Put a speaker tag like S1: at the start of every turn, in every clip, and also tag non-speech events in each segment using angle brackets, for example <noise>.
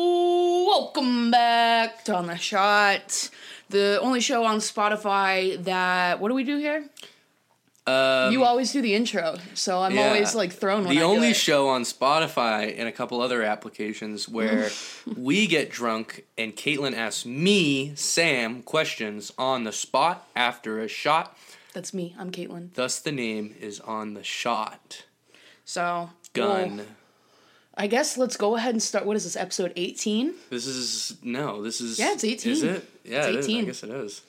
S1: Welcome back to On the Shot, the only show on Spotify that. What do we do here?
S2: Um,
S1: you always do the intro, so I'm
S2: yeah.
S1: always like thrown. When
S2: the
S1: I do
S2: only
S1: it.
S2: show on Spotify and a couple other
S1: <laughs>
S2: applications where we get drunk and Caitlin asks me, Sam, questions on the spot after a shot.
S1: That's me. I'm Caitlin.
S2: Thus, the name is on the shot
S1: So
S2: gun.
S1: well, I guess let's go ahead and start. What is this? Episode 18.
S2: This is no. This is
S1: Yeah, it's 18.
S2: Is it? Yeah,
S1: It's
S2: it is.
S1: 18.
S2: I guess it is.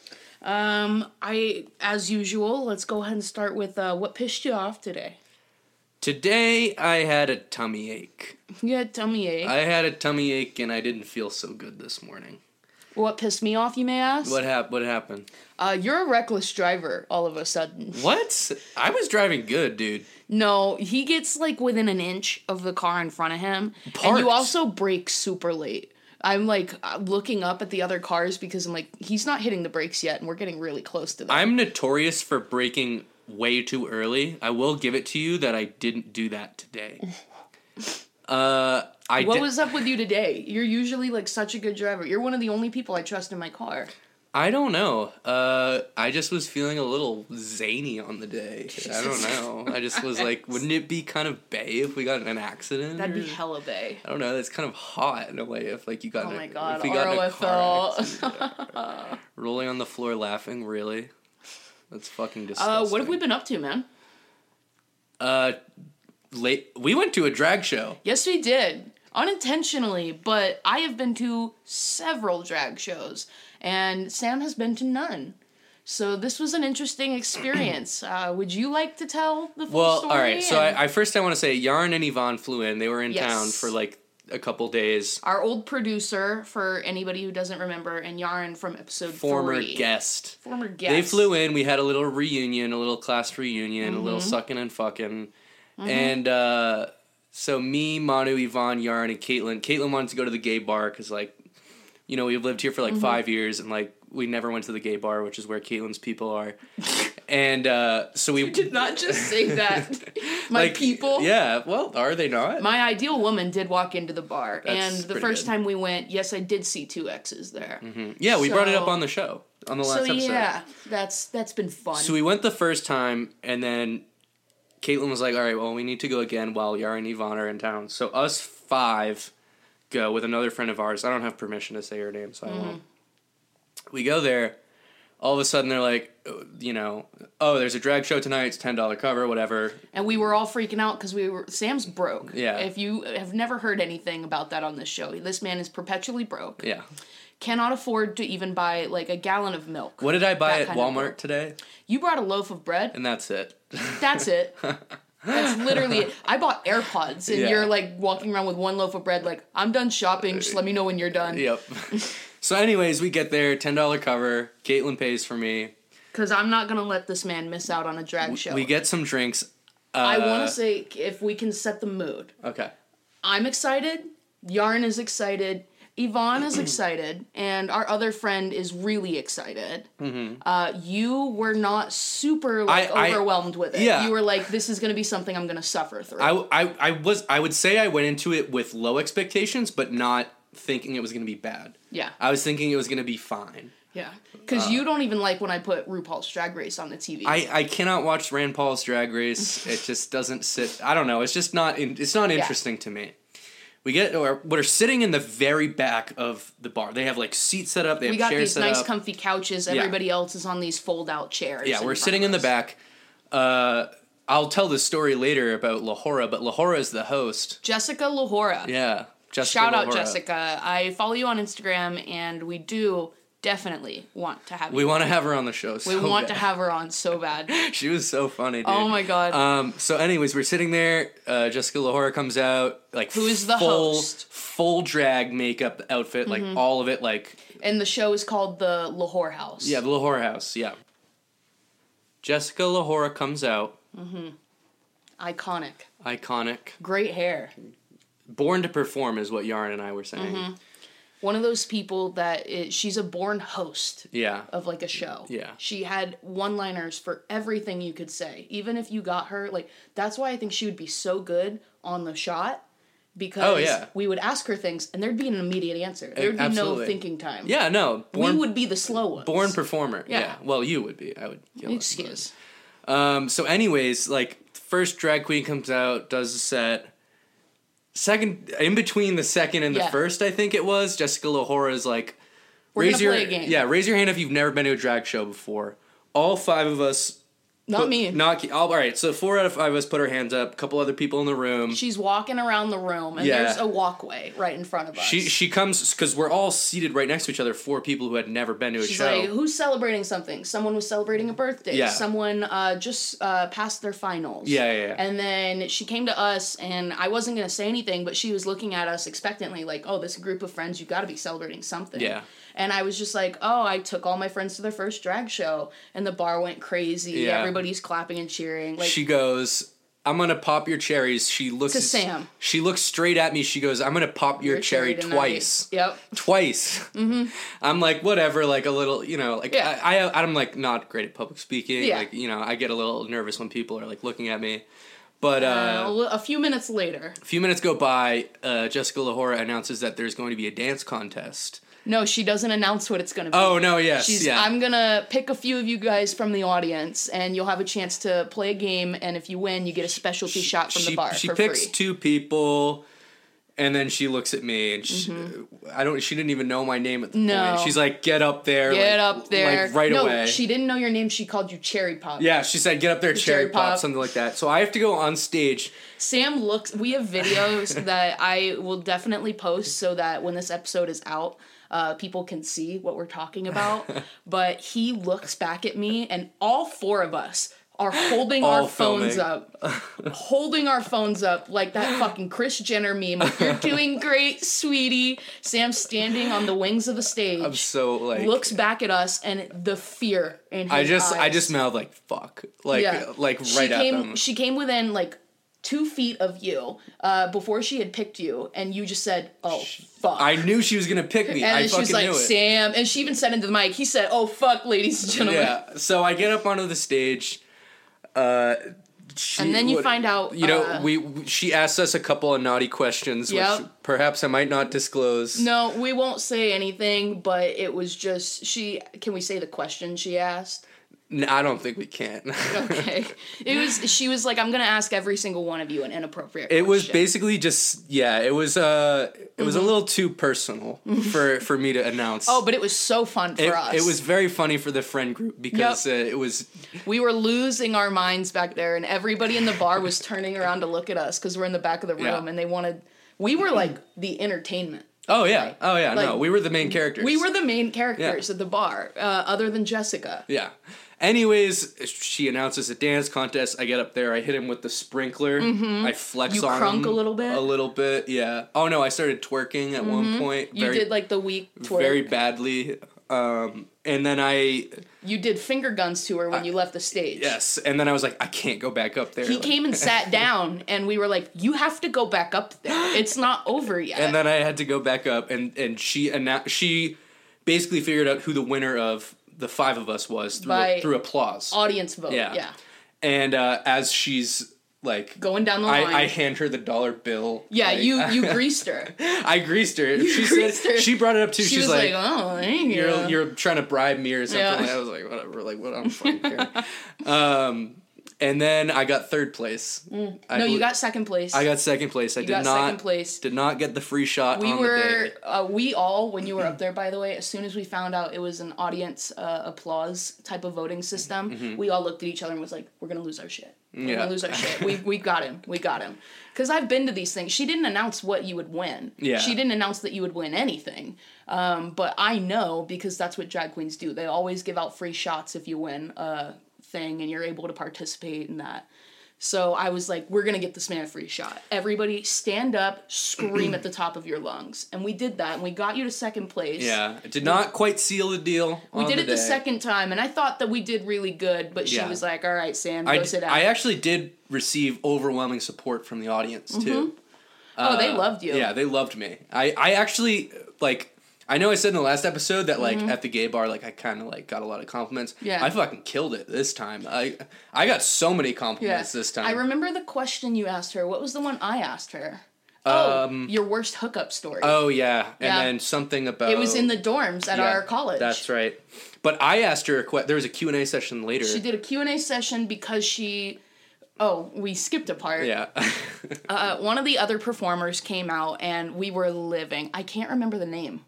S1: Um, I as usual, let's go ahead and start with uh, what pissed you off today.
S2: Today I had a tummy ache.
S1: Yeah, eh? tummy ache.
S2: I had a tummy ache and I didn't feel so good this morning.
S1: what pissed me off, you may ask?
S2: What hap- What happened?
S1: Uh, you're a reckless driver. All of a sudden.
S2: What? I was driving good, dude.
S1: No, he gets like within an inch of the car in front of him, and
S2: Parked.
S1: you also brake super late. I'm like uh, looking up at the other cars because I'm like, he's not hitting the brakes yet, and we're getting really close to them.
S2: I'm notorious for breaking way too early. I will give it to you that I didn't do
S1: <laughs>
S2: that today. Uh, I
S1: what
S2: did-
S1: was up with you today? You're usually like such a good driver. You're one of the only people I trust in my car.
S2: I don't know. Uh, I just was feeling a little zany on the day. I don't
S1: Jesus
S2: know. I just was like, wouldn't it be kind of bay if we got in an accident?
S1: That'd be
S2: or-
S1: hella bay.
S2: I don't know. That's kind of hot in a way. If like you got,
S1: Oh
S2: in a-
S1: my god,
S2: if we got in a car accident.
S1: <laughs> ROFL.
S2: rolling on the floor laughing, really, that's fucking disgusting.
S1: uh, what have we been up to, man?
S2: Uh, late. We went to a drag show.
S1: Yes, we did. Unintentionally, but I have been to several drag shows, and Sam has been to none. So this was an interesting experience. <clears throat> uh, would you like to tell the full
S2: Well,
S1: story?
S2: all right. So
S1: And
S2: I, I first I want to say Yarn and Yvonne flew in. They were in
S1: Yes.
S2: town for like a couple days.
S1: our old producer, for anybody who doesn't remember, and Yarn from episode
S2: Former
S1: three.
S2: guest.
S1: Former guest.
S2: They flew in. We had a little reunion, a little class reunion, a
S1: Mm-hmm.
S2: little sucking and fucking, and uh, so me, Manu, Yvonne, Yarn, and Caitlin. Caitlin wanted to go to the gay bar because like, you know, we've lived here for like
S1: Mm-hmm.
S2: five years and like we never went to the gay bar, which is where Caitlin's
S1: <laughs>
S2: people are, and uh, so we
S1: Did <laughs> not just say
S2: <laughs>
S1: that. My
S2: like,
S1: people.
S2: Yeah. Well, are they not?
S1: My ideal woman did walk into the bar,
S2: That's
S1: and the
S2: pretty
S1: first
S2: good. Mm-hmm.
S1: time we went, yes, I did see two X's there.
S2: yeah, we brought it up
S1: So-
S2: on the show on the
S1: So
S2: last episode.
S1: yeah, that's that's been fun.
S2: So we went the first time, and then Caitlin was like, "All right, well, we need to go again while Yara and Yvonne are in town." So us five go with another friend of ours. I don't have permission to say her name, so I
S1: Mm-hmm.
S2: won't. We go there. All of a sudden, they're like, uh, you know, oh, there's a drag show tonight. It's ten dollar cover, whatever.
S1: and we were all freaking out because we were Sam's broke.
S2: Yeah.
S1: If you have never heard anything about that on this show, this man is perpetually broke.
S2: Yeah.
S1: Cannot afford to even buy like a gallon of milk.
S2: What did I buy
S1: That
S2: at
S1: kind of
S2: Walmart today?
S1: You brought a loaf of bread.
S2: And <laughs> that's
S1: <laughs>
S2: it.
S1: That's it. That's literally it. I bought AirPods, and
S2: Yeah.
S1: you're like walking around with one loaf of bread. Like I'm done shopping. Just let me know when you're done.
S2: yep. so, anyways, we get there. Ten dollar cover. Caitlin pays for me.
S1: Because I'm not gonna let this man miss out on a drag show.
S2: We get some drinks. Uh,
S1: I want to say if we can set the mood.
S2: Okay.
S1: I'm excited. Yarn is excited. Yvonne
S2: <clears throat>
S1: is excited, and our other friend is really excited. Uh, you were not super like
S2: Mm-hmm. I- I-
S1: overwhelmed with it.
S2: yeah.
S1: You were like, "This is going to be something I'm going to suffer through."
S2: I, I, I was I would say I went into it with low expectations, but not thinking it was going to be bad.
S1: yeah,
S2: I was thinking it was going to be fine.
S1: yeah. Because you don't even like when I put RuPaul's Drag Race on the TV.
S2: I, I cannot watch Rand Paul's
S1: <laughs>
S2: Drag Race. It just doesn't sit. I don't know. It's just not. In, it's not interesting to me. We get or we're sitting in the very back of the bar. They have like seats set up. They have
S1: we got
S2: chairs
S1: these
S2: set
S1: nice,
S2: up.
S1: comfy couches. Everybody else is on these fold-out chairs.
S2: yeah, we're
S1: front
S2: sitting
S1: of
S2: in the
S1: us.
S2: back. Uh, I'll tell the story later about Lahora, but Lahora is the host.
S1: Jessica Lahora.
S2: Yeah, Jessica
S1: Shout out
S2: Lahora.
S1: Jessica. I follow you on Instagram, and we do definitely want to have
S2: We
S1: you.
S2: want to have her on the show.
S1: We want to have her on so bad.
S2: She was so funny, dude.
S1: Oh my god.
S2: Um, so, anyways, we're sitting there. Uh, Jessica Lahora comes out, like who
S1: is the
S2: full,
S1: host? Mm-hmm.
S2: Full drag makeup outfit, like all of it, like
S1: and the show is called the Lahore House.
S2: yeah, the Lahore house, yeah. Jessica Lahora comes out,
S1: Iconic.
S2: iconic,
S1: Great hair.
S2: born to perform, is what Yarn and I were saying.
S1: Mm-hmm. One of those people that is, she's a born host
S2: Yeah,
S1: of like a show.
S2: Yeah.
S1: She had one-liners for everything you could say. Even if you got her like that's why I think she would be so good on the shot because
S2: Oh, yeah. Eh,
S1: we would ask her things and there'd be an immediate answer. There'd be no
S2: absolutely.
S1: thinking time.
S2: Yeah, no. Born,
S1: we would be the slow ones.
S2: born performer. Yeah.
S1: Yeah.
S2: Well, you would be. I would. yell at somebody.
S1: Excuse.
S2: Um, so, anyways, like first drag queen comes out, does the set. Second, in between the second and the
S1: Yeah.
S2: first, I think it was Jessica Lahora is like,
S1: We're
S2: raise
S1: gonna
S2: your
S1: play a game.
S2: yeah, raise your hand if you've never been to a drag show before. All five of us,
S1: Not
S2: put-
S1: me.
S2: Not all, all right. So four out of five of us put our hands up. A couple other people in the room.
S1: She's walking around the room and
S2: Yeah.
S1: there's a walkway right in front of us.
S2: She she comes because we're all seated right next to each other. Four people who had never been to a
S1: She's
S2: show.
S1: like, who's celebrating something? Someone was celebrating a birthday.
S2: Yeah.
S1: Someone uh, just uh, passed their finals.
S2: Yeah, yeah, yeah.
S1: And then she came to us, and I wasn't going to say anything, but she was looking at us expectantly, like, oh, this group of friends, you got to be celebrating something.
S2: Yeah.
S1: And I was just like, oh, I took all my friends to their first drag show, and the bar went crazy.
S2: Yeah.
S1: Everybody's clapping and cheering. Like,
S2: she goes, "I'm gonna pop your cherries." She looks
S1: To Sam.
S2: She looks straight at me. She goes, "I'm gonna pop your
S1: "You're
S2: cherry
S1: tonight."
S2: twice."
S1: Yep.
S2: Twice. Mm-hmm. I'm like, whatever. Like a little, you know. Like
S1: Yeah.
S2: I, I, I'm like not great at public speaking.
S1: Yeah.
S2: Like you know, I get a little nervous when people are like looking at me. But uh,
S1: Uh, a li- a few minutes later.
S2: a few minutes go by. Uh, Jessica Lahora announces that there's going to be a dance contest.
S1: No, she doesn't announce what it's going to be.
S2: Oh no! Yes.
S1: She's,
S2: yeah.
S1: I'm gonna pick a few of you guys from the audience, and you'll have a chance to play a game. And if you win, you get a specialty shot from
S2: she,
S1: the bar
S2: She
S1: for
S2: picks
S1: free.
S2: two people, and then she looks at me, and she, I don't. She didn't even know my name at the
S1: Mm-hmm. No.
S2: point. She's like, "Get up there!
S1: get
S2: like-
S1: up there
S2: like right
S1: no,
S2: away!"
S1: She didn't know your name. She called you Cherry Pop.
S2: yeah, she said, "Get up there, cherry,
S1: cherry
S2: pop.
S1: pop.
S2: something like that." So I have to go on stage.
S1: Sam looks. We have
S2: <laughs>
S1: videos that I will definitely post so that when this episode is out, uh, people can see what we're talking about.
S2: <laughs>
S1: but he looks back at me, and all four of us are holding
S2: All
S1: our phones
S2: filming. <laughs>
S1: up, holding our phones up like that fucking Chris Jenner meme. Like, You're
S2: <laughs>
S1: doing great, sweetie. Sam standing on the wings of the stage.
S2: I'm so like,
S1: looks back at us and the fear in his
S2: I just, I
S1: eyes.
S2: just smelled like fuck, like,
S1: Yeah.
S2: like right
S1: she
S2: at
S1: came,
S2: them.
S1: She came within like two feet of you uh, before she had picked you, and you just said, "Oh fuck."
S2: I knew she was gonna pick me.
S1: and
S2: I
S1: then she
S2: fucking
S1: was like,
S2: knew it.
S1: "Sam," and she even said into the mic, "He said, oh fuck, ladies and gentlemen."
S2: yeah. So I get up onto the stage. Uh, she-
S1: And then you find out,
S2: You know,
S1: uh,
S2: we we- she asked us a couple of naughty questions, which
S1: Yep.
S2: perhaps I might not disclose.
S1: No, we won't say anything, but it was just she. Can we say the question she
S2: <laughs>
S1: asked?
S2: N- I don't think we can.
S1: Okay, it was. She was like, "I'm gonna ask every single one of you an inappropriate."
S2: <laughs> it was
S1: question."
S2: basically just yeah. It was uh, it was a little too personal for for me to announce.
S1: Mm-hmm. Oh, but it was so fun for
S2: it,
S1: us.
S2: it was very funny for the friend group because uh, it was
S1: We were losing our minds back there, and everybody in the bar was turning around to look at us because we're in the back of the room,
S2: Yeah.
S1: and they wanted. We were like the entertainment.
S2: oh yeah oh yeah no
S1: Like,
S2: we were the main characters
S1: We were the main characters at the bar, uh, other than Jessica.
S2: Yeah. Anyways, she announces a dance contest. I get up there. I hit him with the sprinkler. I flex
S1: Mm-hmm. You
S2: on
S1: crunk
S2: him
S1: a little bit? Mm-hmm.
S2: A little bit, yeah. Oh no, I started twerking at one point.
S1: You
S2: Very,
S1: did like the week tour.
S2: very badly. Um, and then I
S1: you did finger guns to her when you left the stage.
S2: yes, and then I was like, I can't go back up there.
S1: He
S2: Like-
S1: came and
S2: <laughs>
S1: sat down, and we were like, "You have to go back up there. It's not over yet."
S2: and then I had to go back up, and and she announced she basically figured out who the winner of the five of us was through
S1: By-
S2: through applause.
S1: Audience vote. Yeah.
S2: And uh, as she's like
S1: Going down the line.
S2: I, I hand her the dollar bill.
S1: yeah,
S2: like-
S1: you you greased her.
S2: <laughs> I
S1: <laughs>
S2: greased her. she
S1: greased
S2: said
S1: her.
S2: she brought it up too.
S1: She
S2: She's
S1: was
S2: like,
S1: like, "Oh, thank you."
S2: "You're you're trying to bribe me or something."
S1: Yeah.
S2: Like, I was like, "Whatever." Like, what? I
S1: <laughs>
S2: don't fucking care. um, and then I got third place. I
S1: Mm. no, you
S2: bel-
S1: got second place.
S2: I got second place. I did
S1: got
S2: not
S1: second place.
S2: did not get the free shot.
S1: We
S2: on
S1: were,
S2: The day.
S1: uh, we all, when you were up there, by the way, as soon as we found out it was an audience uh, applause type of voting system, we all looked at each other and was like, we're going to lose our shit. We're
S2: Mm-hmm. Yeah.
S1: going to lose our
S2: <laughs>
S1: shit. We, we got him. We got him. Because I've been to these things. She didn't announce what you would win.
S2: Yeah.
S1: She didn't announce that you would win anything. Um, but I know because that's what drag queens do. They always give out free shots if you win a thing and you're able to participate in that. So I was like, we're gonna get this man a free shot. Everybody stand up, scream at the top of your lungs. And we did that and we got you to second place.
S2: Yeah, it did not quite seal the deal.
S1: We did it the second time and I thought that we did really good, but she
S2: Yeah.
S1: was like, All right, Sam, go
S2: I,
S1: sit down.
S2: I actually did receive overwhelming support from the audience too.
S1: oh, they
S2: Uh,
S1: loved you.
S2: Yeah, they loved me. I, I actually like I know I said in the last episode that like at the gay bar like I kind of like got a lot of compliments.
S1: Mm-hmm. Yeah.
S2: I fucking killed it this time. I I got so many
S1: Yeah.
S2: compliments this time.
S1: I remember the question you asked her. What was the one I asked her? oh,
S2: Um,
S1: your worst hookup story.
S2: Oh yeah, and
S1: Yeah.
S2: then something about
S1: it was in the dorms at
S2: yeah,
S1: our college.
S2: That's right. But I asked her a question. There was a Q and A session later.
S1: She did a Q&A session because she Oh, we skipped a part.
S2: Yeah. <laughs>
S1: Uh, one of the other performers came out and we were living. I can't remember the name.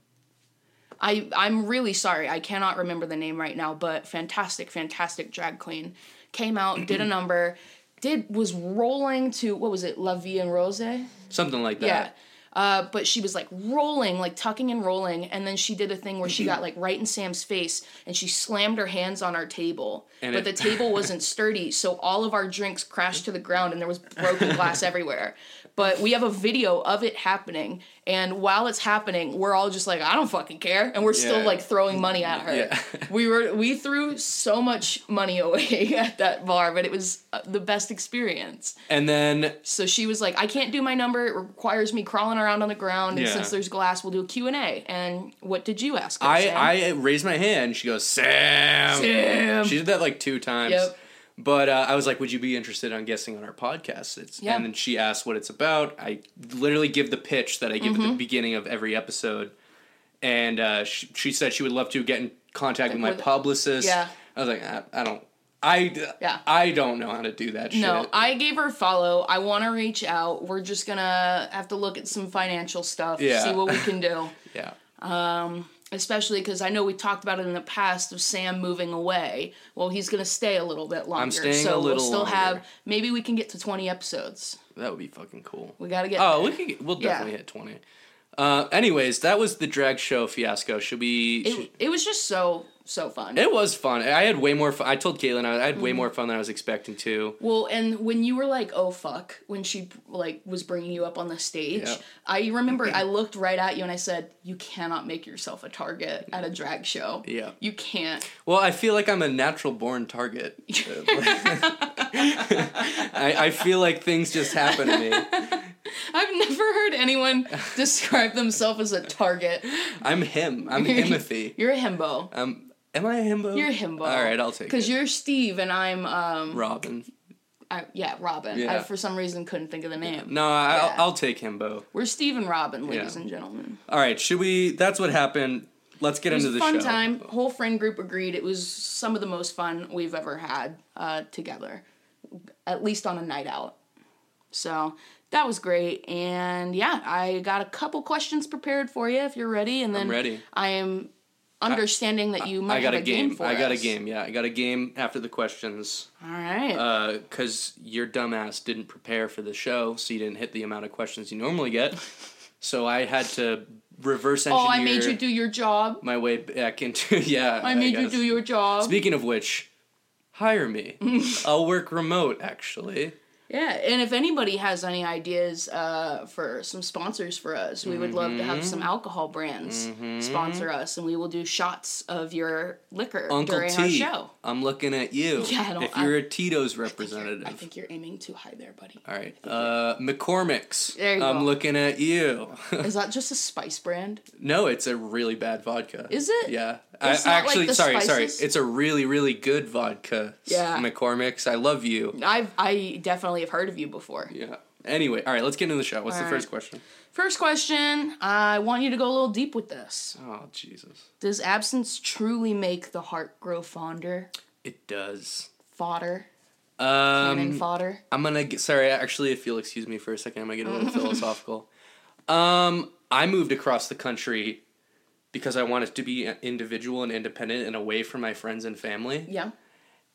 S1: I I'm really sorry. I cannot remember the name right now, but fantastic, fantastic drag queen came out, did a number, did was rolling to what was it? La Vie en Rose?
S2: something like that.
S1: Yeah. Uh, but she was like rolling, like tucking and rolling, and then she did a thing where she got like right in Sam's face and she slammed her hands on our table.
S2: And
S1: but
S2: it-
S1: the table wasn't sturdy, so all of our drinks crashed to the ground and there was broken
S2: <laughs>
S1: glass everywhere. But we have a video of it happening, and while it's happening, we're all just like, I don't fucking care, and we're still
S2: Yeah.
S1: like throwing money at her.
S2: Yeah.
S1: <laughs> we were we threw so much money <laughs> away at that bar, but it was uh, the best experience.
S2: And then
S1: So she was like, I can't do my number. It requires me crawling around on the ground. And
S2: Yeah.
S1: since there's glass, we'll do a Q&A. And what did you ask? her,
S2: I
S1: Sam?
S2: I raised my hand. She goes Sam.
S1: Sam.
S2: She did that like two times.
S1: Um, Yep.
S2: But uh, I was like, "Would you be interested on guessing on our podcast?" It's,
S1: Yeah.
S2: And then she asked what it's about. I literally give the pitch that I give
S1: Mm-hmm.
S2: at the beginning of every episode, and uh, she, she said she would love to get in contact with my
S1: With-
S2: publicist.
S1: Yeah.
S2: I was like, I, I don't, I,
S1: Yeah.
S2: I don't know how to do that.
S1: no,
S2: shit.
S1: I gave her a follow. I want to reach out. We're just going to have to look at some financial stuff,
S2: Yeah.
S1: see what we
S2: <laughs>
S1: can do.
S2: yeah,
S1: Especially because I know we talked about it in the past of Sam moving away. Well, he's going to stay a little bit longer.
S2: staying
S1: so
S2: a little
S1: we'll still
S2: longer.
S1: have, maybe we can get to 20 episodes.
S2: that would be fucking cool.
S1: We got to get.
S2: Oh, we could. Get, we'll
S1: Yeah.
S2: definitely hit twenty. Uh, anyways, that was the drag show fiasco. Should we? should-
S1: it, it was just so, so fun.
S2: It was fun. I had way more fun. I told Caitlin I I had
S1: Mm-hmm.
S2: way more fun than I was expecting to.
S1: Well, and when you were like, "Oh fuck," when she like was bringing you up on the stage,
S2: Yeah.
S1: I remember
S2: <clears throat>
S1: I looked right at you and I said, "You cannot make yourself a target at a drag show.
S2: Yeah.
S1: you can't."
S2: Well, I feel like I'm a natural born target.
S1: <laughs>
S2: <laughs> I, I feel like things just happen to me.
S1: I've never heard
S2: <laughs>
S1: anyone describe themselves as a target.
S2: I'm him.
S1: <laughs>
S2: I'm Himothy.
S1: You're a himbo.
S2: Um, am I a himbo?
S1: You're a himbo.
S2: All right, I'll take
S1: Because
S2: it.
S1: you're Steve and I'm, um,
S2: Robin.
S1: I, yeah, Robin. I
S2: Yeah.
S1: for some reason couldn't think of the name.
S2: No, I,
S1: Yeah.
S2: I'll, I'll take himbo.
S1: We're Steve and Robin, ladies
S2: Yeah.
S1: and gentlemen.
S2: All right, should we? That's what happened. Let's get
S1: It
S2: into
S1: was
S2: the
S1: a fun
S2: show.
S1: time. Whole friend group agreed it was some of the most fun we've ever had uh, together, at least on a night out. So that was great. And yeah, I got a couple questions prepared for you if you're ready. And then
S2: ready.
S1: I am understanding that you might
S2: I got
S1: have
S2: a game.
S1: for
S2: I got a
S1: us.
S2: game. Uh, Yeah, I got a game after the questions.
S1: All right.
S2: because your dumbass didn't prepare for the show, so you didn't hit the amount of questions you normally
S1: <laughs>
S2: get. So I had to reverse engineer
S1: oh, I made you do your job.
S2: my way back into <laughs> yeah.
S1: I made you
S2: guess.
S1: do your job.
S2: Speaking of which,
S1: <laughs>
S2: hire me. I'll work remote. Actually,
S1: Yeah, and if anybody has any ideas uh, for some sponsors for us, we would love to have
S2: Mm-hmm.
S1: some alcohol brands sponsor us, and we will do shots of your liquor
S2: Uncle
S1: during
S2: T,
S1: our show.
S2: am looking at you.
S1: <laughs> Yeah, I don't-
S2: if
S1: <laughs>
S2: you're
S1: I-
S2: a Tito's
S1: You're-
S2: representative.
S1: I think you're aiming too high there, buddy.
S2: all right, uh, McCormick's.
S1: There you
S2: I'm
S1: go.
S2: looking at you.
S1: Is that just a spice brand?
S2: No, it's a really bad vodka.
S1: Is it?
S2: Yeah.
S1: It's
S2: I
S1: not like
S2: actually
S1: the
S2: sorry,
S1: spices?
S2: sorry. It's a really, really good vodka. S-
S1: Yeah.
S2: McCormick's. I love you.
S1: I've I definitely have heard of you before.
S2: Yeah. Anyway, all right, let's get into the show. What's
S1: All
S2: the
S1: right.
S2: first question?
S1: First question, I want you to go a little deep with this.
S2: Oh Jesus.
S1: Does absence truly make the heart grow fonder?
S2: It does.
S1: Fodder, cannon
S2: Um
S1: fodder.
S2: I'm gonna get sorry, actually if you'll excuse me for a second, I'm gonna get
S1: <laughs>
S2: a little philosophical. Um I moved across the country because I wanted to be individual and independent and away from my friends and family.
S1: Yeah.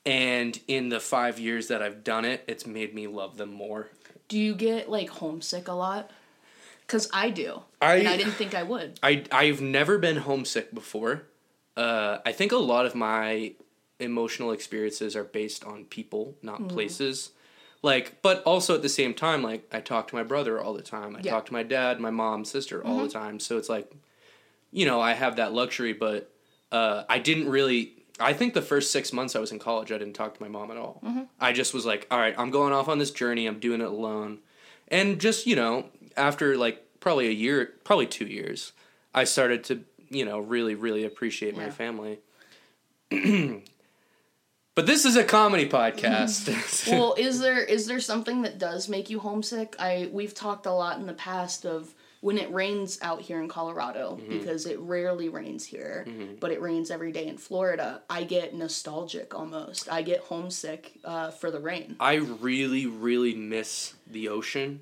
S2: And in the five years that I've done it, it's made me love them more.
S1: Do you get like homesick a lot? Cause I do,
S2: I-
S1: and I didn't think I would.
S2: I I've never been homesick before. Uh, I think a lot of my emotional experiences are based on people, not places. Like, but also at the same time, like I talk to my brother all the time. I
S1: Yeah.
S2: talk to my dad, my mom, sister all the time. So it's like, you know, I have that luxury, but uh, I didn't really. I think the first six months I was in college, I didn't talk to my mom at all. I just was like, all right, I'm going off on this journey. I'm doing it alone. And just, you know, after like probably a year, probably two years, I started to, you know, really, really appreciate my
S1: Yeah.
S2: family. <clears throat> But this is a comedy
S1: <laughs>
S2: podcast. <laughs>
S1: well, is there is there something that does make you homesick? I we've talked a lot in the past of when it rains out here in Colorado
S2: Mm-hmm.
S1: because it rarely rains here, but it rains every day in Florida. I get nostalgic almost. I get homesick uh, for the rain.
S2: I really, really miss the ocean.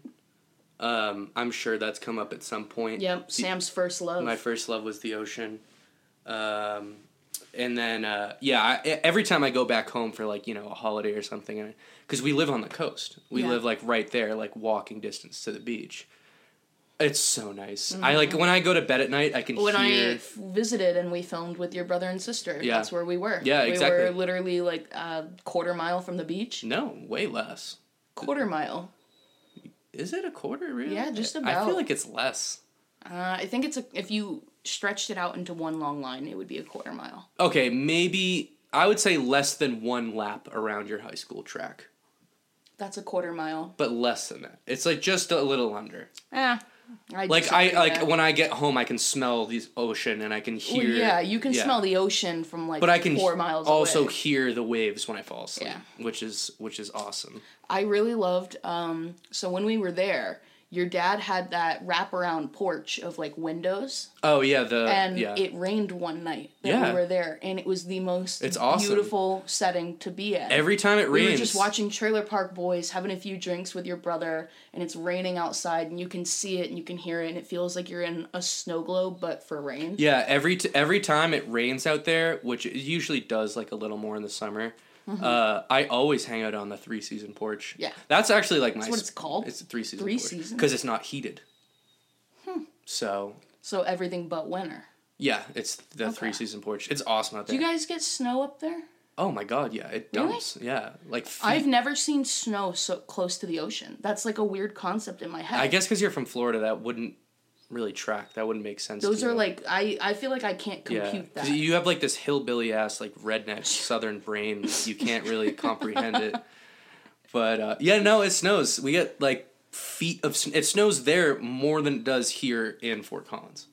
S2: Um, I'm sure that's come up at some point.
S1: Yep,
S2: The-
S1: Sam's first love.
S2: my first love was the ocean. Um, and then, uh, yeah, I, every time I go back home for like, you know, a holiday or something, because we live on the coast, we
S1: Yeah.
S2: live like right there, like walking distance to the beach. It's so nice. I like when I go to bed at night, I can
S1: Mm-hmm. when
S2: hear.
S1: I f- visited and we filmed with your brother and sister,
S2: Yeah.
S1: that's where we were.
S2: Yeah,
S1: We
S2: exactly.
S1: were literally like a quarter mile from the beach.
S2: No, way less.
S1: Quarter mile.
S2: Is it a quarter, really?
S1: Yeah, just
S2: I
S1: about.
S2: feel like it's less.
S1: Uh, I think it's a, if you stretched it out into one long line, it would be a quarter mile.
S2: Okay, maybe I would say less than one lap around your high school track,
S1: That's a quarter mile.
S2: but less than that. It's like just a little under.
S1: Eh, I
S2: Like I
S1: disagree
S2: like
S1: there.
S2: when I get home, I can smell the ocean and I can
S1: Well,
S2: hear.
S1: yeah, you can smell the ocean from like
S2: But I can
S1: four miles
S2: also
S1: away.
S2: hear the waves when I fall asleep,
S1: Yeah.
S2: which is which is awesome.
S1: I really loved. Um, so when we were there, your dad had that wraparound porch of like windows,
S2: Oh yeah, the
S1: and
S2: yeah.
S1: it rained one night that
S2: Yeah.
S1: we were there, and it was the most
S2: It's awesome.
S1: beautiful setting to be at.
S2: Every time it
S1: we
S2: rains,
S1: were just watching Trailer Park Boys, having a few drinks with your brother, and it's raining outside, and you can see it and you can hear it, and it feels like you're in a snow globe, but for rain.
S2: Yeah, every t- every time it rains out there, which it usually does like a little more in the summer, uh, I always hang out on the three season porch.
S1: Mm-hmm. Yeah.
S2: that's actually like my.
S1: what
S2: s-
S1: it's called?
S2: It's a three season.
S1: Three Hmm.
S2: porch.
S1: season?
S2: because it's not heated. So
S1: So everything but winter.
S2: yeah, it's the three season porch. It's awesome out there.
S1: Do you guys get snow up there?
S2: oh my god, yeah, it
S1: Really?
S2: dumps. Yeah, like feet.
S1: I've never seen snow so close to the ocean. That's like a weird concept in my head.
S2: I guess because you're from Florida, that wouldn't really track. That wouldn't make sense. to
S1: those are
S2: you.
S1: like I I feel like I can't
S2: Yeah,
S1: compute
S2: 'cause
S1: that.
S2: you have like this hillbilly ass like
S1: <laughs>
S2: redneck southern brain. You can't really comprehend it. But uh, yeah, no, it snows. We get like feet of sn- it snows there more than it does here in Fort Collins.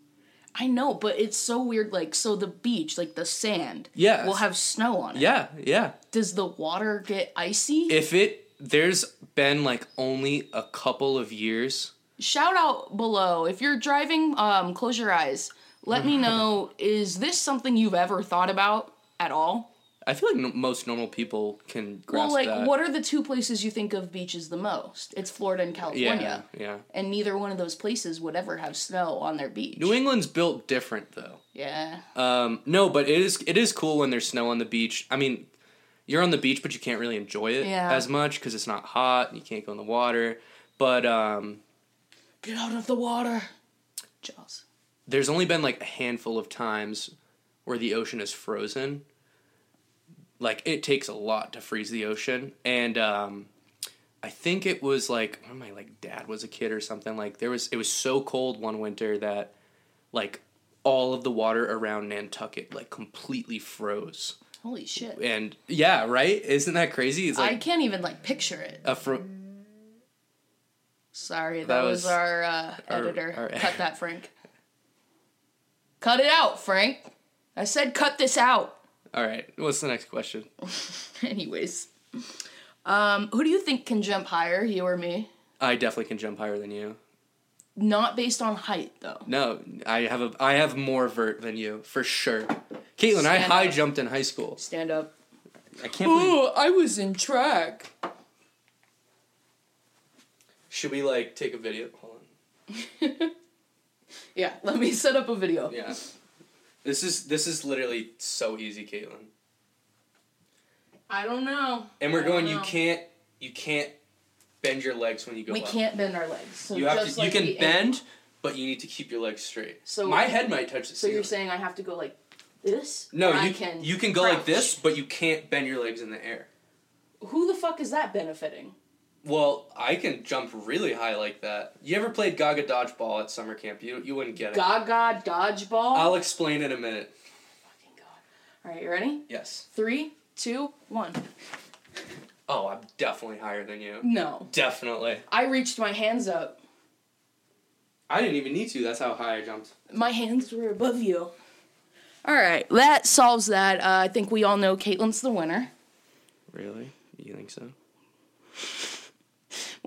S1: I know, but it's so weird. Like so, the beach, like the sand,
S2: Yeah.
S1: will have snow on it.
S2: Yeah, yeah.
S1: Does the water get icy?
S2: If it there's been like only a couple of years.
S1: Shout out below if you're driving. Um, close your eyes. Let
S2: Mm-hmm.
S1: me know. Is this something you've ever thought about at all?
S2: I feel like no, most normal people can grasp
S1: Well, like,
S2: that.
S1: what are the two places you think of beaches the most? It's Florida and
S2: yeah,
S1: California.
S2: yeah.
S1: And neither one of those places would ever have snow on their beach.
S2: New England's built different though.
S1: yeah.
S2: Um, no, but it is it is cool when there's snow on the beach. I mean, you're on the beach, but you can't really enjoy it
S1: Yeah.
S2: as much because it's not hot and you can't go in the water. But um,
S1: Get out of the water. Jaws.
S2: there's only been like a handful of times where the ocean is frozen. Like it takes a lot to freeze the ocean, and um, I think it was like when my like dad was a kid or something. Like there was it was so cold one winter that like all of the water around Nantucket like completely froze.
S1: Holy shit.
S2: and yeah, right? Isn't that crazy? It's
S1: I
S2: like
S1: can't even like picture it.
S2: a fro-
S1: Sorry, that,
S2: That
S1: was,
S2: was-
S1: our, uh,
S2: our-
S1: editor.
S2: our- <laughs>
S1: cut that, Frank. Cut it out, Frank. I said cut this out.
S2: All right, what's the next question?
S1: <laughs> Anyways, um, who do you think can jump higher, you or me?
S2: I definitely can jump higher than you.
S1: Not based on height, though.
S2: No, I have a I have more vert than you for sure. Caitlin, I
S1: Stand
S2: high
S1: up.
S2: jumped in high school.
S1: Stand up.
S2: I can't believe.
S1: I was in track.
S2: Should we like take a video? Hold on.
S1: <laughs> Yeah, let me set up a video.
S2: Yeah. This is this is literally so easy, Caitlin.
S1: I don't know.
S2: And we're
S1: I don't
S2: going. You
S1: know.
S2: can't. You can't bend your legs when you go.
S1: We
S2: up.
S1: can't bend our legs. So
S2: uh, You have
S1: just
S2: to.
S1: like
S2: you
S1: the
S2: can
S1: angle.
S2: bend, but you need to keep your legs straight.
S1: So-
S2: So my head might touch the
S1: So
S2: ceiling.
S1: you're saying I have to go like this?
S2: No,
S1: Or I
S2: you can you can go like
S1: crouch?
S2: this, but you can't bend your legs in the air.
S1: Who the fuck is that benefiting?
S2: Well, I can jump really high like that. You ever played Gaga dodgeball at summer camp? You you wouldn't get it.
S1: Gaga dodgeball.
S2: I'll explain in a minute.
S1: Fucking God. All right, you ready?
S2: Yes.
S1: Three, two, one.
S2: Oh, I'm definitely higher than you.
S1: No,
S2: Definitely.
S1: I reached my hands up.
S2: I didn't even need to. That's how high I jumped.
S1: My hands were above you. All right, that solves that. Uh, I think we all know Caitlin's the winner.
S2: Really? You think so?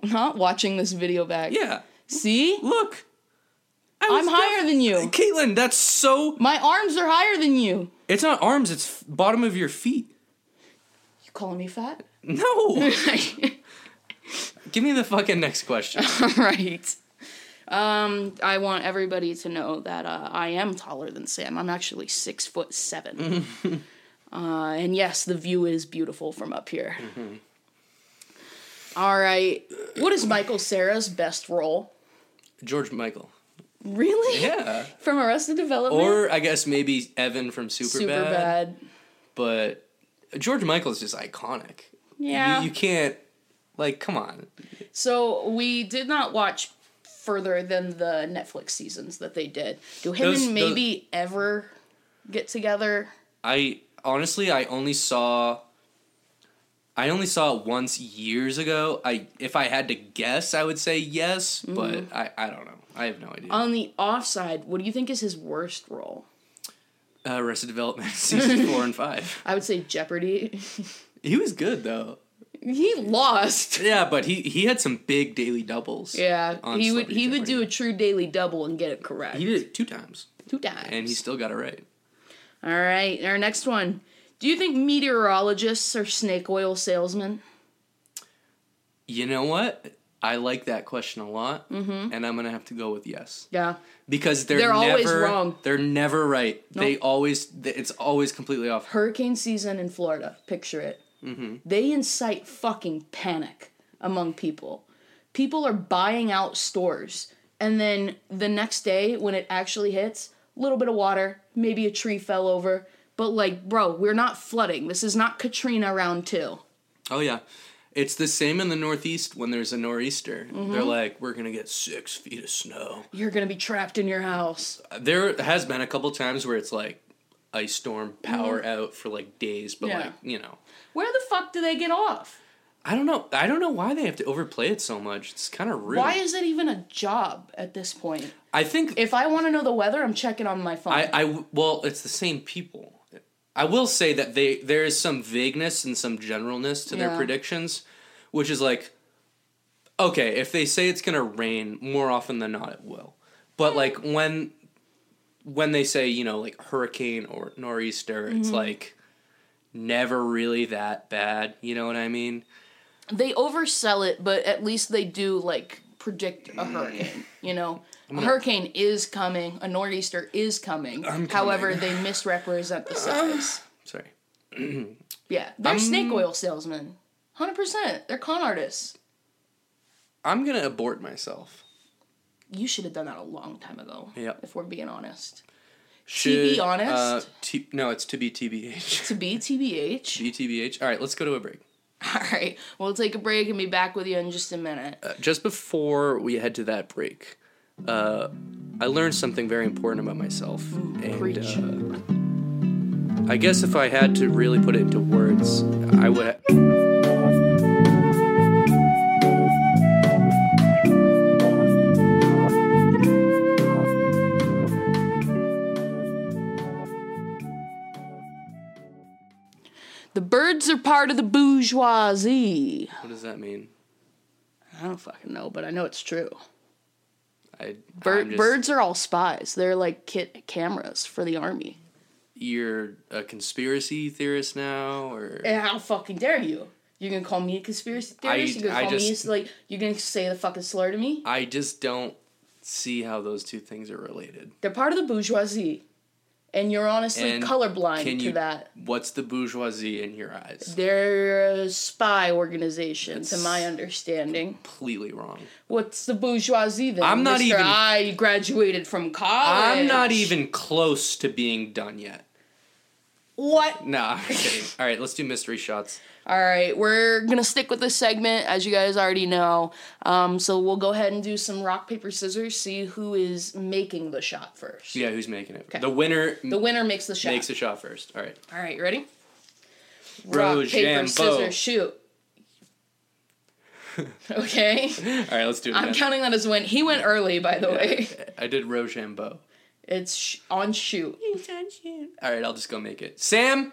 S1: Not watching this video back.
S2: Yeah.
S1: See?
S2: Look. I
S1: I'm
S2: was
S1: higher than you.
S2: def- Caitlin, that's so.
S1: My arms are higher than you.
S2: It's not arms. It's f- bottom of your feet.
S1: You calling me fat?
S2: No.
S1: All
S2: <laughs> Give me the fucking next question.
S1: right. Um, I want everybody to know that uh, I am taller than Sam. I'm actually six foot seven. uh, and yes, the view is beautiful from up here. All right. What is Michael Sarah's best role?
S2: George Michael.
S1: Really?
S2: Yeah.
S1: From Arrested Development?
S2: <laughs> Or I guess maybe Evan from Superbad.
S1: Super bad.
S2: But George Michael is just iconic.
S1: Yeah.
S2: You, you can't. Like, come on.
S1: So we did not watch further than the Netflix seasons that they did. Do him
S2: Those-
S1: and maybe ever get together?
S2: I honestly, I only saw. I only saw it once years ago. I, if I had to guess, I would say yes,
S1: Mm-hmm.
S2: but I, I don't know. I have no idea.
S1: On the offside, what do you think is his worst role?
S2: Uh, Arrested Development <laughs> season four and five.
S1: I would say Jeopardy. <laughs>
S2: He was good though.
S1: he lost.
S2: Yeah, but he he had some big daily doubles.
S1: Yeah,
S2: on
S1: he would
S2: Celebrity
S1: he would do
S2: Jeopardy.
S1: a true daily double and get it correct.
S2: He did it two times,
S1: Two times.
S2: and he still got it right.
S1: All right, our next one. Do you think meteorologists are snake oil salesmen?
S2: You know what? I like that question a lot, and I'm gonna have to go with yes
S1: Yeah.
S2: because they're,
S1: Mm-hmm. They're
S2: never,
S1: always wrong.
S2: They're never right. They always th- it's always completely off.
S1: hurricane season in Florida, picture it. They incite fucking panic among people. People are buying out stores. And then the next day, when it actually hits, a little bit of water, maybe a tree fell over. But, like, bro, we're not flooding. This is not Katrina round two.
S2: Oh yeah, it's the same in the Northeast when there's a nor'easter.
S1: Mm-hmm.
S2: They're like, we're gonna get six feet of snow.
S1: You're gonna be trapped in your house.
S2: There has been a couple times where it's like ice storm power out for like days, but
S1: Mm-hmm. Yeah.
S2: like you know,
S1: Where the fuck do they get off?
S2: I don't know. I don't know why they have to overplay it so much. It's kind of rude.
S1: Why is it even a job at this point?
S2: I think
S1: If I wanna know the weather, I'm checking on my phone.
S2: I, I w- well, it's the same people. I will say that they there is some vagueness and some generalness to
S1: Yeah.
S2: their predictions, which is like, okay, if they say it's gonna rain, more often than not it will.
S1: Hmm.
S2: But like when when they say you know like hurricane or nor'easter, it's
S1: Mm-hmm.
S2: like never really that bad. You know what I mean?
S1: they oversell it, but at least they do like predict
S2: Mm.
S1: a hurricane. You know, a hurricane is coming. A nor'easter is coming.
S2: I'm coming.
S1: However, they misrepresent
S2: <sighs>
S1: the size.
S2: Sorry.
S1: Yeah, they're snake oil salesmen. Hundred percent. They're con artists.
S2: I'm gonna abort myself.
S1: You should have done that a long time ago.
S2: Yep.
S1: If we're being honest. be honest?
S2: uh, t- no, it's to be <laughs> TBH.
S1: To be <laughs> TBH.
S2: BTBH. All right, let's go to a break.
S1: All right. We'll take a break and be back with you in just a minute.
S2: just before we head to that break, uh, I learned something very important about myself. and,
S1: preach.
S2: uh, I guess if I had to really put it into words, I would.
S1: The birds are part of the bourgeoisie.
S2: What does that mean?
S1: I don't fucking know, but I know it's true.
S2: I,
S1: Bir-
S2: I'm just-
S1: Birds are all spies. They're like kit cameras for the army.
S2: You're a conspiracy theorist now, or
S1: And how fucking dare you? You're gonna call me a conspiracy theorist?
S2: I-
S1: you're gonna
S2: I
S1: call
S2: just-
S1: me like you're gonna say the fucking slur to me?
S2: I just don't see how those two things are related.
S1: They're part of the bourgeoisie, and you're honestly
S2: And
S1: colorblind
S2: Can
S1: to
S2: you?
S1: that.
S2: What's the bourgeoisie in your eyes?
S1: They're a spy organization, to
S2: It's-
S1: my understanding.
S2: Completely wrong.
S1: What's the bourgeoisie then?
S2: I'm not
S1: Mr.
S2: even-
S1: I graduated from college.
S2: I'm not even close to being done yet.
S1: What?
S2: Nah, I'm
S1: <laughs>
S2: kidding. All right, let's do mystery shots.
S1: All right, we're gonna stick with this segment, as you guys already know. Um, so we'll go ahead and do some rock paper scissors. See who is making the shot first.
S2: Yeah, who's making it? The winner
S1: The winner makes the shot.
S2: makes a shot first.
S1: <laughs>
S2: All right.
S1: All right, you ready? rock paper
S2: Rochambeau.
S1: scissors
S2: <laughs>
S1: shoot. okay,
S2: All right, let's do it.
S1: I'm
S2: again.
S1: counting that as win. He went early, by the way.
S2: I did Rochambeau.
S1: It's sh- on shoot.
S2: All right, I'll just go make it. Sam,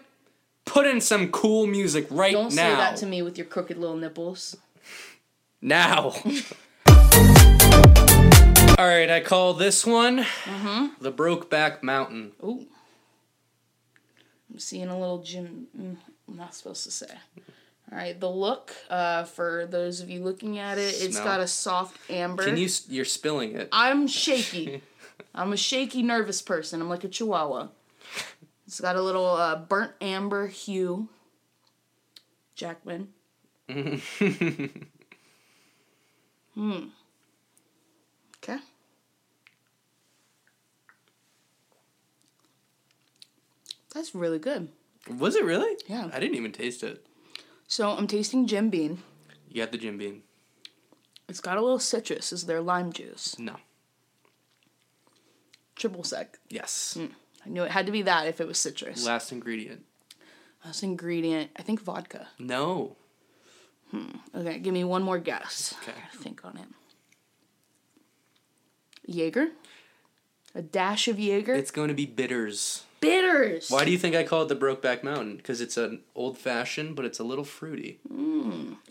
S2: Put in some cool music right
S1: Don't
S2: now.
S1: say that to me with your crooked little nipples. <laughs>
S2: Now. All right, I call this one
S1: Mm-hmm.
S2: the Brokeback Mountain.
S1: Ooh. I'm seeing a little Jim. mm, I'm not supposed to say. All right, the look, uh, for those of you looking at it, it's
S2: Smell.
S1: got a soft amber.
S2: Can you? s- You're spilling it.
S1: I'm shaky. I'm a shaky, nervous person. I'm like a chihuahua. It's got a little uh, burnt amber hue. Jackman. hmm. Okay. That's really good.
S2: Was it really?
S1: Yeah.
S2: I didn't even taste it.
S1: So I'm tasting Jim Bean.
S2: You got the Jim Bean.
S1: It's got a little citrus. Is there lime juice?
S2: No.
S1: Triple sec.
S2: Yes.
S1: I knew it had to be that if it was citrus.
S2: Last ingredient.
S1: Last ingredient, I think vodka.
S2: No.
S1: Okay, give me one more guess.
S2: Okay.
S1: I gotta think on it. Jaeger? A dash of Jaeger?
S2: It's going to be bitters.
S1: bitters!
S2: Why do you think I call it the Brokeback Mountain? Because it's an old fashioned, but it's a little fruity.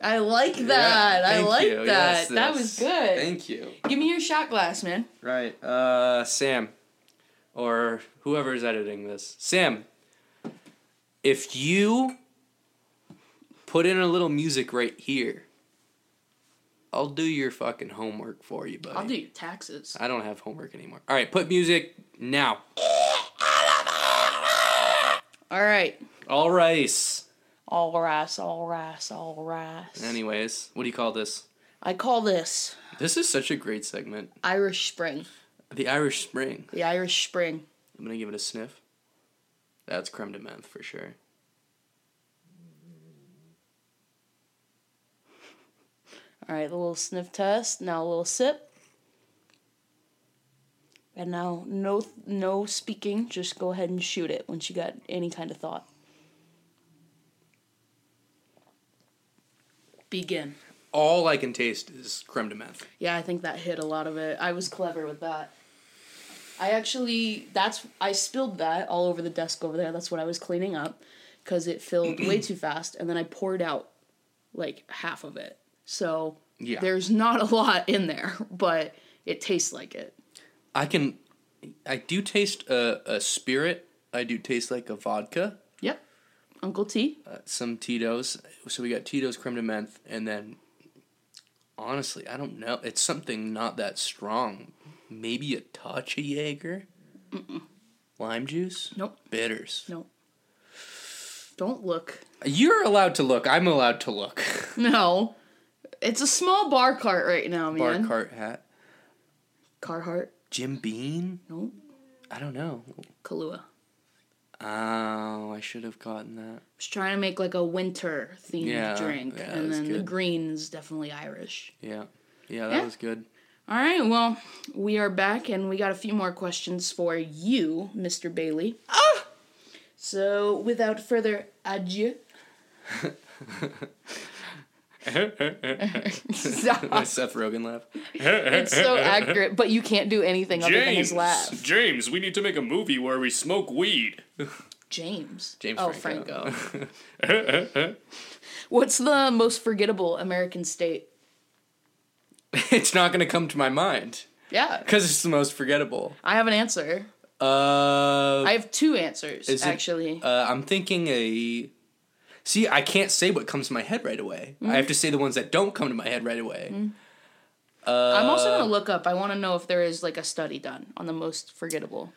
S1: I like that. I
S2: Thank
S1: like
S2: you.
S1: that.
S2: Yes,
S1: that
S2: yes.
S1: was good.
S2: Thank you.
S1: Give me your shot glass, man.
S2: Right, uh, Sam, or whoever's editing this, Sam, if you put in a little music right here, I'll do your fucking homework for you, buddy.
S1: I'll do your taxes.
S2: I don't have homework anymore. All right, put music now.
S1: All right.
S2: All rice.
S1: All rice, all rice, all rice.
S2: Anyways, what do you call this?
S1: I call this
S2: This is such a great segment.
S1: Irish Spring.
S2: The Irish Spring.
S1: The Irish Spring.
S2: I'm gonna give it a sniff. That's creme de menthe for sure.
S1: All right, a little sniff test. Now a little sip. And now no no speaking. Just go ahead and shoot it once you got any kind of thought. Begin.
S2: All I can taste is creme de menthe.
S1: Yeah, I think that hit a lot of it. I was clever with that. I actually that's I spilled that all over the desk over there. That's what I was cleaning up cuz it filled way
S2: <clears throat>
S1: too fast and then I poured out like half of it. So
S2: Yeah.
S1: there's not a lot in there, but it tastes like it.
S2: I can, I do taste a, a spirit. I do taste like a vodka,
S1: Yep. Uncle T.
S2: uh, some Tito's. So we got Tito's creme de menthe, and then honestly, I don't know. It's something not that strong. Maybe a touch of Jaeger, lime juice,
S1: Nope.
S2: bitters.
S1: No. Don't look. <laughs>
S2: You're allowed to look. I'm allowed to look.
S1: No. It's a small bar cart right now,
S2: Bar
S1: man.
S2: cart hat.
S1: Carhartt.
S2: Jim Bean.
S1: No.
S2: I don't know.
S1: Kahlua.
S2: Oh, I should have gotten that.
S1: was trying to make like a winter themed
S2: Yeah,
S1: drink,
S2: yeah,
S1: and
S2: that's
S1: then the
S2: good.
S1: green is definitely Irish.
S2: Yeah. Yeah, that
S1: Yeah. <laughs>
S2: was good.
S1: All right, well, we are back, and we got a few more questions for you, Mr. Bailey. Ah! So, without further <laughs> ado,
S2: My
S1: Stop.
S2: Seth Rogen laugh. <laughs>
S1: it's so accurate, but you can't do anything other than his laugh.
S3: James, we need to make a movie where we smoke weed.
S1: James.
S2: James
S1: Oh,
S2: Franco.
S1: Franco.
S2: <laughs>
S1: What's the most forgettable American state?
S2: it's not going to come to my mind
S1: Yeah,
S2: because it's the most forgettable.
S1: I have an answer.
S2: Uh,
S1: I have two answers
S2: is it-
S1: actually.
S2: uh, I'm thinking a. See, I can't say what comes to my head right away.
S1: Mm-hmm.
S2: I have to say the ones that don't come to my head right away.
S1: I'm also
S2: uh,
S1: gonna look up. I want to know if there is like a study done on the most forgettable.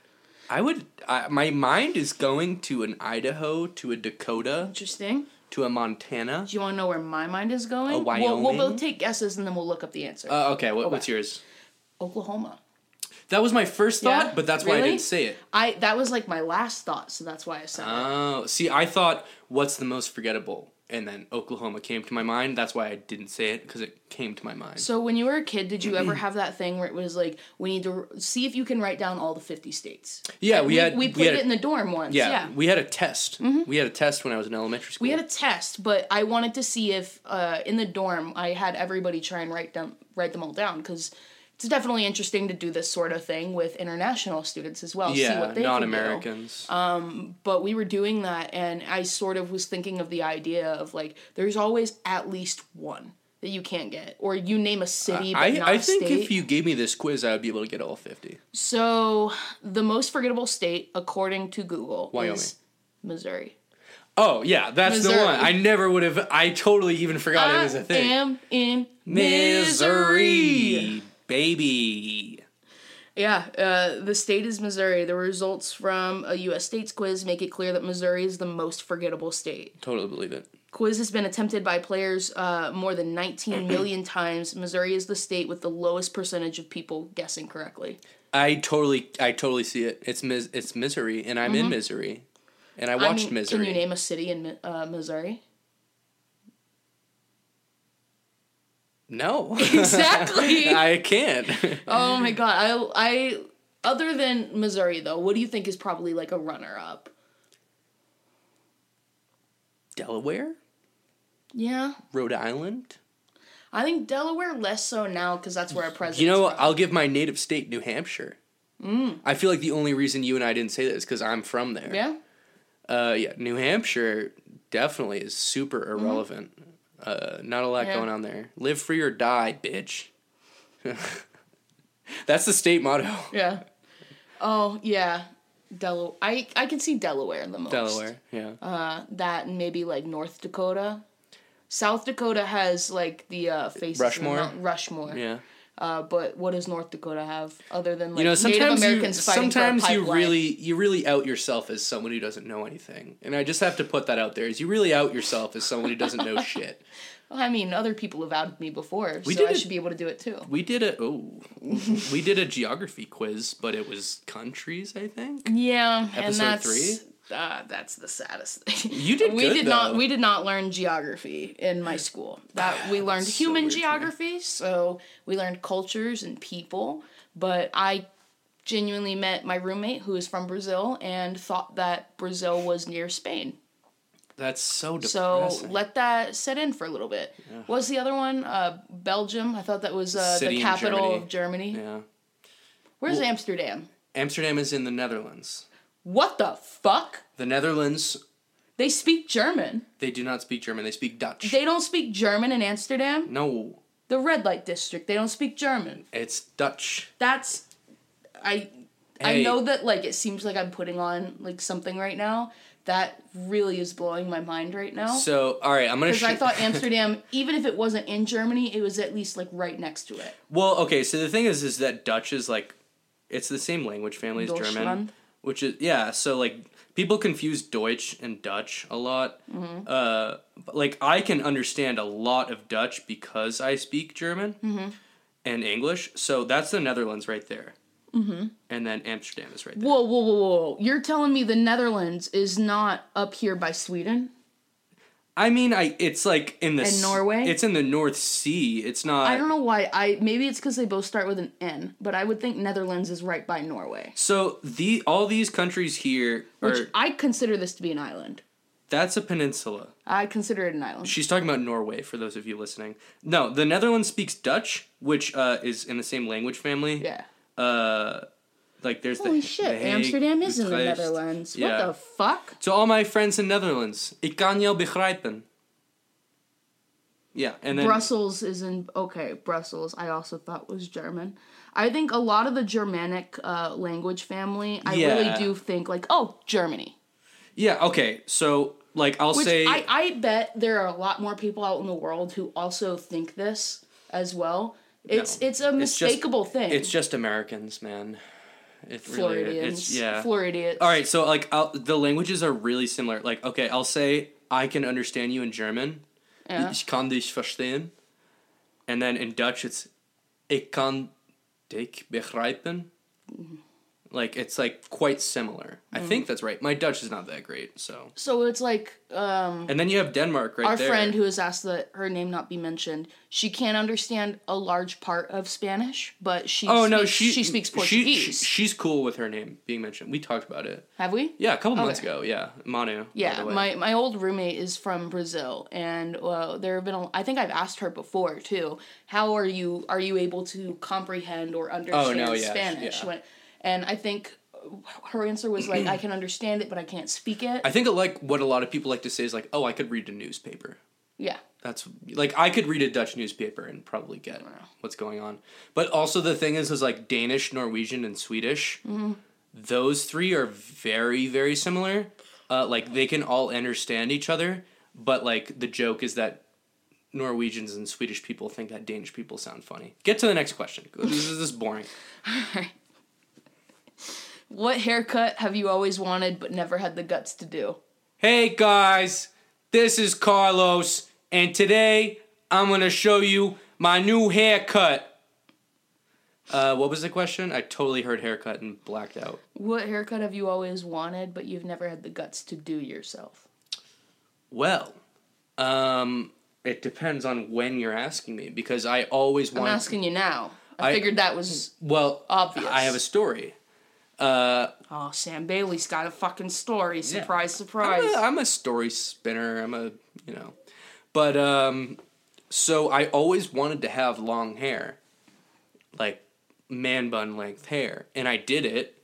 S2: I would. I, my mind is going to an Idaho, to a Dakota,
S1: Interesting.
S2: to a Montana.
S1: Do you want to know where my mind is going?
S2: Uh,
S1: We'll, we'll
S2: Wyoming?
S1: both take guesses and then we'll look up the answer.
S2: Uh, okay, what, what's yours?
S1: Oklahoma.
S2: That was my first thought,
S1: Yeah?
S2: but that's why I
S1: Really?
S2: didn't say it.
S1: I that was like my last thought, so that's why I said it.
S2: Oh, see, I thought what's the most forgettable, and then Oklahoma came to my mind. That's why I didn't say it because it came to my mind.
S1: So when you were a kid, did you
S2: <clears throat>
S1: ever have that thing where it was like, we need to r- see if you can write down all the fifty states?
S2: yeah, we,
S1: We,
S2: had
S1: we
S2: we
S1: played
S2: had a-
S1: it in the dorm once.
S2: yeah,
S1: Yeah. Mm-hmm.
S2: we had a test. We had a test when I was in elementary school.
S1: We had a test, but I wanted to see if uh, in the dorm I had everybody try and write them write them all down because it's definitely interesting to do this sort of thing with international students as well. see
S2: yeah,
S1: what they can do. Um,
S2: non Americans.
S1: But we were doing that, and I sort of was thinking of the idea of like, there's always at least one that you can't get, or you name a city, but
S2: I,
S1: not
S2: I
S1: a
S2: think
S1: state.
S2: if you gave me this quiz, I would be able to get all 50.
S1: So the most forgettable state, according to Google,
S2: Wyoming.
S1: is Missouri.
S2: Oh, yeah, that's the
S1: Missouri.
S2: one. I never would have, I totally even forgot it was a thing.
S1: I am in Missouri.
S2: Missouri, baby.
S1: Yeah, uh, the state is Missouri. The results from a U.S. states quiz make it clear that Missouri is the most forgettable state.
S2: Totally believe it.
S1: Quiz has been attempted by players uh, more than
S2: <clears throat>
S1: 19 million times. Missouri is the state with the lowest percentage of people guessing correctly.
S2: I totally, I totally see it. It's mis- it's misery, and I'm in misery, and I
S1: Mm-hmm. I
S2: watched
S1: mean,
S2: misery.
S1: Can you name a city in Mi- uh,
S2: <laughs>
S1: Missouri?
S2: no,
S1: <laughs>
S2: <laughs>
S1: Exactly.
S2: I can't. <laughs>
S1: oh my god! I I other than Missouri though, what do you think is probably like a runner up?
S2: Delaware,
S1: Yeah,
S2: Rhode Island.
S1: I think Delaware less so now because that's where our president.
S2: You know, what? I'll give my native state New Hampshire. I feel like the only reason you and I didn't say that is because I'm from there.
S1: Mm. yeah.
S2: Uh, yeah, New Hampshire definitely is super irrelevant. Uh, not a lot
S1: Mm-hmm. Yeah.
S2: going on there. Live free or die, bitch. <laughs> That's the state motto. <laughs>
S1: Yeah. Oh yeah, Delaware. I I can see Delaware the most.
S2: Delaware. Yeah.
S1: Uh, that and maybe like North Dakota. South Dakota has like the uh, faces of the
S2: Rushmore?
S1: Mount Rushmore.
S2: yeah.
S1: Uh, but what does North Dakota have other than like
S2: you know
S1: Native
S2: sometimes
S1: Americans
S2: you,
S1: fighting
S2: sometimes
S1: for a
S2: you
S1: pipeline?
S2: really you really out yourself as someone who doesn't know anything and i just have to put that out there is you really out yourself as someone who
S1: <laughs>
S2: doesn't know shit
S1: I mean, other people have outed me before,
S2: We
S1: so
S2: did
S1: I
S2: it-
S1: should be able to do it too.
S2: we did a oh we did a geography quiz but it was countries i think
S1: Yeah, and
S2: Episode
S1: that's
S2: three?
S1: Uh, that's the saddest thing.
S2: You did
S1: We
S2: good,
S1: did not.
S2: though.
S1: We did not learn geography in my school. That we learned
S2: so
S1: human
S2: weird to me.
S1: geography, so we learned cultures and people. But I genuinely met my roommate who is from Brazil and thought that Brazil was near Spain.
S2: that's so
S1: So
S2: depressing
S1: let that set in for a little bit. What was the other one? Uh, Belgium. I thought that was uh,
S2: City
S1: the
S2: in
S1: capital
S2: Germany.
S1: of Germany.
S2: yeah
S1: Where's Amsterdam?
S2: amsterdam is in the netherlands
S1: What the fuck?
S2: the netherlands
S1: They speak German.
S2: they do not speak german they speak dutch
S1: They don't speak German in Amsterdam.
S2: no
S1: The red light district, they don't speak German.
S2: it's dutch
S1: That's I I
S2: Hey.
S1: know that like it seems like I'm putting on like something right now that really is blowing my mind right now.
S2: so all right i'm gonna
S1: Because I <laughs>
S2: sh-
S1: thought Amsterdam, even if it wasn't in Germany, it was at least like right next to it.
S2: Well, okay, so the thing is is that Dutch is like it's the same language family as German,
S1: Deutschland.
S2: which is yeah, so like people confuse Deutsch and Dutch a lot.
S1: Mm-hmm.
S2: Uh but, like I can understand a lot of Dutch because I speak German
S1: Mm-hmm.
S2: and English. So that's the Netherlands right there. Mm-hmm. And then Amsterdam is right there.
S1: Whoa, whoa, whoa, whoa! whoa. You're telling me the Netherlands is not up here by Sweden?
S2: I mean, I it's like in the
S1: And
S2: s-
S1: Norway?
S2: It's in the North Sea. It's not
S1: I don't know why. I maybe it's because they both start with an N, but I would think Netherlands is right by Norway,
S2: So the all these countries here are
S1: which I consider this to be an island.
S2: that's a peninsula.
S1: I consider it an island.
S2: She's talking about Norway for those of you listening. No, the Netherlands speaks Dutch, which uh, is in the same language family.
S1: Yeah.
S2: Like there's
S1: Holy
S2: the
S1: shit,
S2: The Hague,
S1: Amsterdam is in the
S2: Utrecht.
S1: Netherlands. What
S2: Yeah.
S1: the fuck?
S2: To all my friends in Netherlands, ik kan jou begrijpen. Yeah, and then
S1: Brussels is in okay, Brussels I also thought was German. I think a lot of the Germanic uh, language family, I
S2: Yeah.
S1: really do think like, oh, Germany.
S2: yeah, okay. So like I'll
S1: Which
S2: say
S1: I, I bet there are a lot more people out in the world who also think this as well. It's it's a
S2: It's just-
S1: mistakable thing.
S2: it's just Americans, man. It really
S1: Floridians.
S2: it's yeah.
S1: Floridians.
S2: all right, so like I'll, the languages are really similar. Like okay, I'll say I can understand you in German.
S1: Yeah.
S2: Ich kann dich verstehen.
S1: Mm-hmm.
S2: And then in Dutch, it's ich kann dich begrijpen. Like it's like quite similar. I think that's right. My Dutch is not that great, so.
S1: So it's like um,
S2: And then you have Denmark right
S1: our
S2: there.
S1: friend who has asked that her name not be mentioned. She can't understand a large part of Spanish, but she
S2: Oh no,
S1: speaks-
S2: she
S1: she speaks
S2: she- she-
S1: Portuguese.
S2: she's cool with her name being mentioned. We talked about it.
S1: Have we?
S2: Yeah, a couple months
S1: Okay.
S2: ago. Yeah, Manu. by
S1: Yeah,
S2: the way.
S1: my, my old roommate is from Brazil, and uh, there have been. A, I think I've asked her before too. How are you? Are you able to comprehend or understand
S2: Oh, no, yeah, sh-
S1: Spanish?
S2: yeah.
S1: When- and I think her answer was like, "I can understand it, but I can't speak it."
S2: I think like what a lot of people like to say is like, oh, I could read a newspaper.
S1: yeah,
S2: That's like I could read a Dutch newspaper and probably get what's going on. But also the thing is, is like Danish, Norwegian, and Swedish. Those three are very, very similar. Uh, like they can all understand each other, but like the joke is that Norwegians and Swedish people think that Danish people sound funny. Get to the next question. this is this is boring.
S1: What haircut have you always wanted but never had the guts to do?
S2: Hey guys, this is Carlos, and today I'm gonna show you my new haircut. Uh, what was the question? I totally heard haircut and blacked out.
S1: What haircut have you always wanted but you've never had the guts to do yourself?
S2: Well, um, it depends on when you're asking me because I always
S1: I'm
S2: want.
S1: asking you now. I,
S2: I-
S1: figured that was
S2: well,
S1: Obvious.
S2: I have a story.
S1: oh Sam Bailey's got a fucking story. Surprise, surprise.
S2: I'm a, I'm a story spinner. I'm a you know, but um, so I always wanted to have long hair, like man bun length hair, and I did it,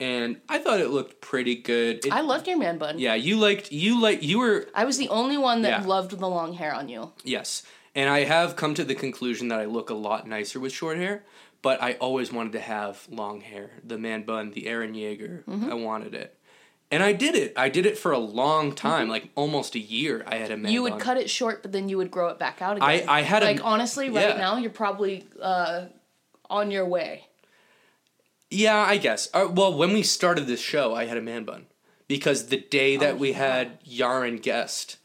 S2: and I thought it looked pretty good. It-
S1: I loved your man bun.
S2: yeah, you liked you like you were
S1: I was the only one that
S2: Yeah.
S1: loved the long hair on you.
S2: yes, and I have come to the conclusion that I look a lot nicer with short hair. But I always wanted to have long hair, the man bun, the Aaron Yeager.
S1: Mm-hmm.
S2: I wanted it. And I did it. I did it for a long time, like almost a year. I had a man
S1: Mm-hmm. You would
S2: bun.
S1: cut it short, but then you would grow it back out again.
S2: I- I had a-
S1: like honestly right
S2: yeah.
S1: now you're probably uh, on your way.
S2: Yeah, I guess. Uh, well, when we started this show, I had a man bun because the day
S1: Oh,
S2: that we had Yaren guest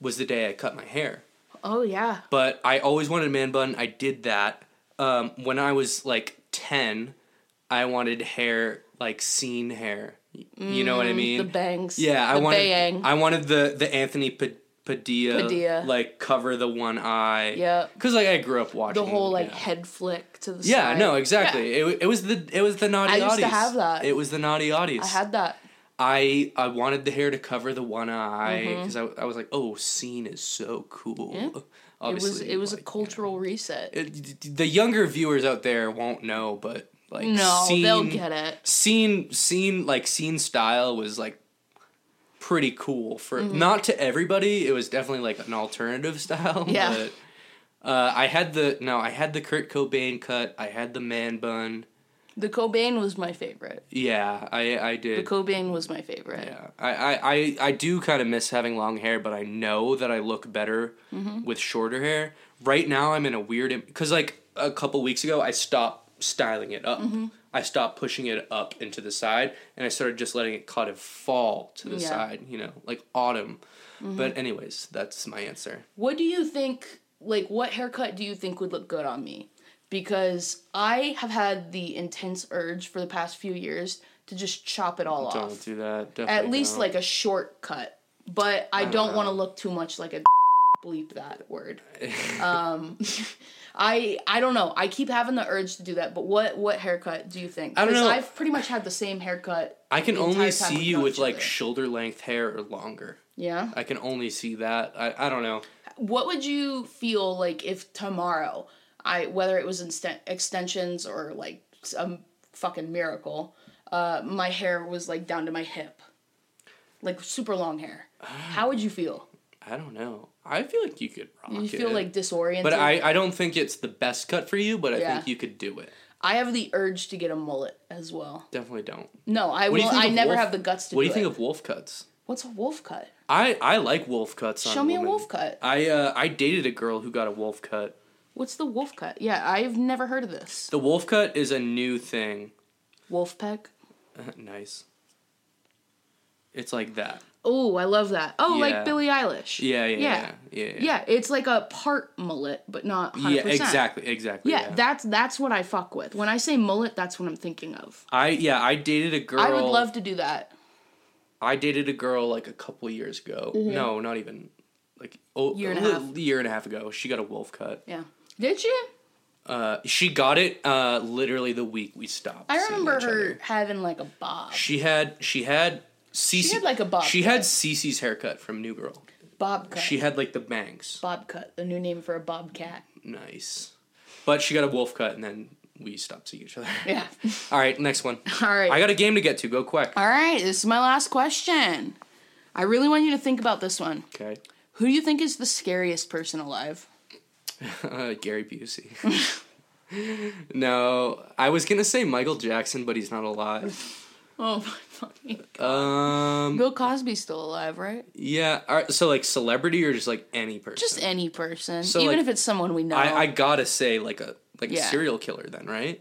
S2: was the day I cut my hair.
S1: Oh yeah,
S2: But I always wanted a man bun. I did that um, when I was like ten. I wanted hair like scene hair. Y- You know what I mean?
S1: Mm, the bangs.
S2: Yeah, I
S1: the
S2: wanted.
S1: bayang.
S2: I wanted the the Anthony Pa- Padilla,
S1: Padilla.
S2: like cover the one eye.
S1: Yep.
S2: Because like I grew up watching
S1: the whole like
S2: yeah.
S1: head flick to the
S2: Yeah,
S1: side.
S2: no, exactly. It It, it was the it was the naughty
S1: I used to
S2: audience.
S1: have that.
S2: It was the naughty audience.
S1: I had that.
S2: I I wanted the hair to cover the one eye because I, I was like, oh, scene is so cool.
S1: Mm-hmm. It was
S2: Obviously,
S1: it was a
S2: like,
S1: cultural reset.
S2: it- the younger viewers out there won't know, but like
S1: no,
S2: scene,
S1: they'll get it.
S2: Scene scene like scene style was like pretty cool for
S1: Mm-hmm.
S2: not to everybody. It was definitely like an alternative <laughs> style.
S1: Yeah.
S2: But, uh, I had the no, I had the Kurt Cobain cut. I had the man bun.
S1: The Cobain was my favorite.
S2: Yeah, I I
S1: The
S2: did.
S1: Cobain was my favorite.
S2: yeah, I, I, I, I do kind of miss having long hair, but I know that I look better
S1: Mm-hmm.
S2: with shorter hair. Right now, I'm in a weird because like a couple weeks ago, I stopped styling it up.
S1: Mm-hmm.
S2: I stopped pushing it up into the side, and I started just letting it kind of fall to the
S1: Yeah. Mm-hmm.
S2: side. You know, like autumn. But anyways, that's my answer.
S1: What do you think? Like, what haircut do you think would look good on me? Because I have had the intense urge for the past few years to just chop it all off.
S2: Don't do that.
S1: At
S2: Definitely
S1: least
S2: don't.
S1: like a shortcut. But I, don't, want to look too much like a <laughs> bleep that
S2: <laughs>
S1: word. um, <laughs> I I don't know. I keep having the urge to do that. But what what haircut do you think?
S2: I don't
S1: 'Cause
S2: know.
S1: I've pretty much had the same haircut.
S2: I can
S1: the entire time
S2: only see
S1: we've
S2: you
S1: known
S2: with
S1: each
S2: like
S1: other.
S2: shoulder length hair or longer.
S1: yeah.
S2: I can only see that. I, I don't know.
S1: what would you feel like if tomorrow i whether it was inst- extensions or like some fucking miracle uh my hair was like down to my hip like super long hair
S2: Ah.
S1: how would you feel
S2: I don't know. I feel like you could rock
S1: you
S2: it.
S1: feel like disoriented
S2: but I, I don't think it's the best cut for you, but I
S1: Yeah.
S2: think you could do it.
S1: I have the urge to get a mullet as well
S2: Definitely don't.
S1: no i
S2: What do you
S1: will
S2: think
S1: i
S2: of
S1: never
S2: wolf-
S1: have the guts to
S2: What do
S1: do,
S2: you think
S1: it.
S2: of wolf cuts?
S1: what's a wolf cut
S2: I, I like wolf cuts. On
S1: show me a
S2: women.
S1: wolf cut
S2: I uh, I dated a girl who got a wolf cut.
S1: what's the wolf cut yeah i've never heard of this
S2: The wolf cut <laughs> is a new thing.
S1: wolf peck
S2: nice. It's like that.
S1: Oh, I love that. Oh,
S2: Yeah.
S1: like Billie Eilish.
S2: Yeah, yeah, yeah, yeah, yeah.
S1: Yeah, it's like a part mullet, but not 100%.
S2: Yeah, exactly, exactly.
S1: Yeah, that's that's what I fuck with. When I say mullet, that's what I'm thinking of.
S2: I yeah, I dated a girl.
S1: I would love to do that.
S2: I dated a girl like a couple years ago. No, not even like oh,
S1: Mm-hmm. Year and a
S2: li-
S1: half.
S2: year and a half ago. She got a wolf cut.
S1: Yeah. Did you?
S2: Uh, she got it uh, literally the week we stopped.
S1: I
S2: seeing
S1: remember
S2: each
S1: her
S2: other.
S1: having like a bob.
S2: She had she had Cece.
S1: had, like, a bob
S2: She had
S1: cut.
S2: Cece's haircut from New Girl.
S1: Bob cut.
S2: She had like the bangs.
S1: bob cut, the new name for a
S2: <laughs>
S1: bobcat.
S2: Nice, but she got a wolf cut, and then we stopped seeing
S1: <laughs>
S2: each other.
S1: Yeah.
S2: All right, next one.
S1: All right.
S2: I got a game to get to. Go quick.
S1: All right, this is my last question. I really want you to think about this one.
S2: Okay. <laughs>
S1: Who do you think is the scariest person alive?
S2: Uh, Gary
S1: <laughs>
S2: Busey. <laughs> no, I was gonna say Michael Jackson, but he's not alive.
S1: Oh my <laughs> fucking.
S2: Um,
S1: Bill Cosby's still alive, right?
S2: yeah. all right, so like celebrity or just like any person.
S1: Just any person,
S2: So,
S1: even
S2: like,
S1: if it's someone we know.
S2: I, I gotta say like a like a
S1: Yeah.
S2: serial killer then, right?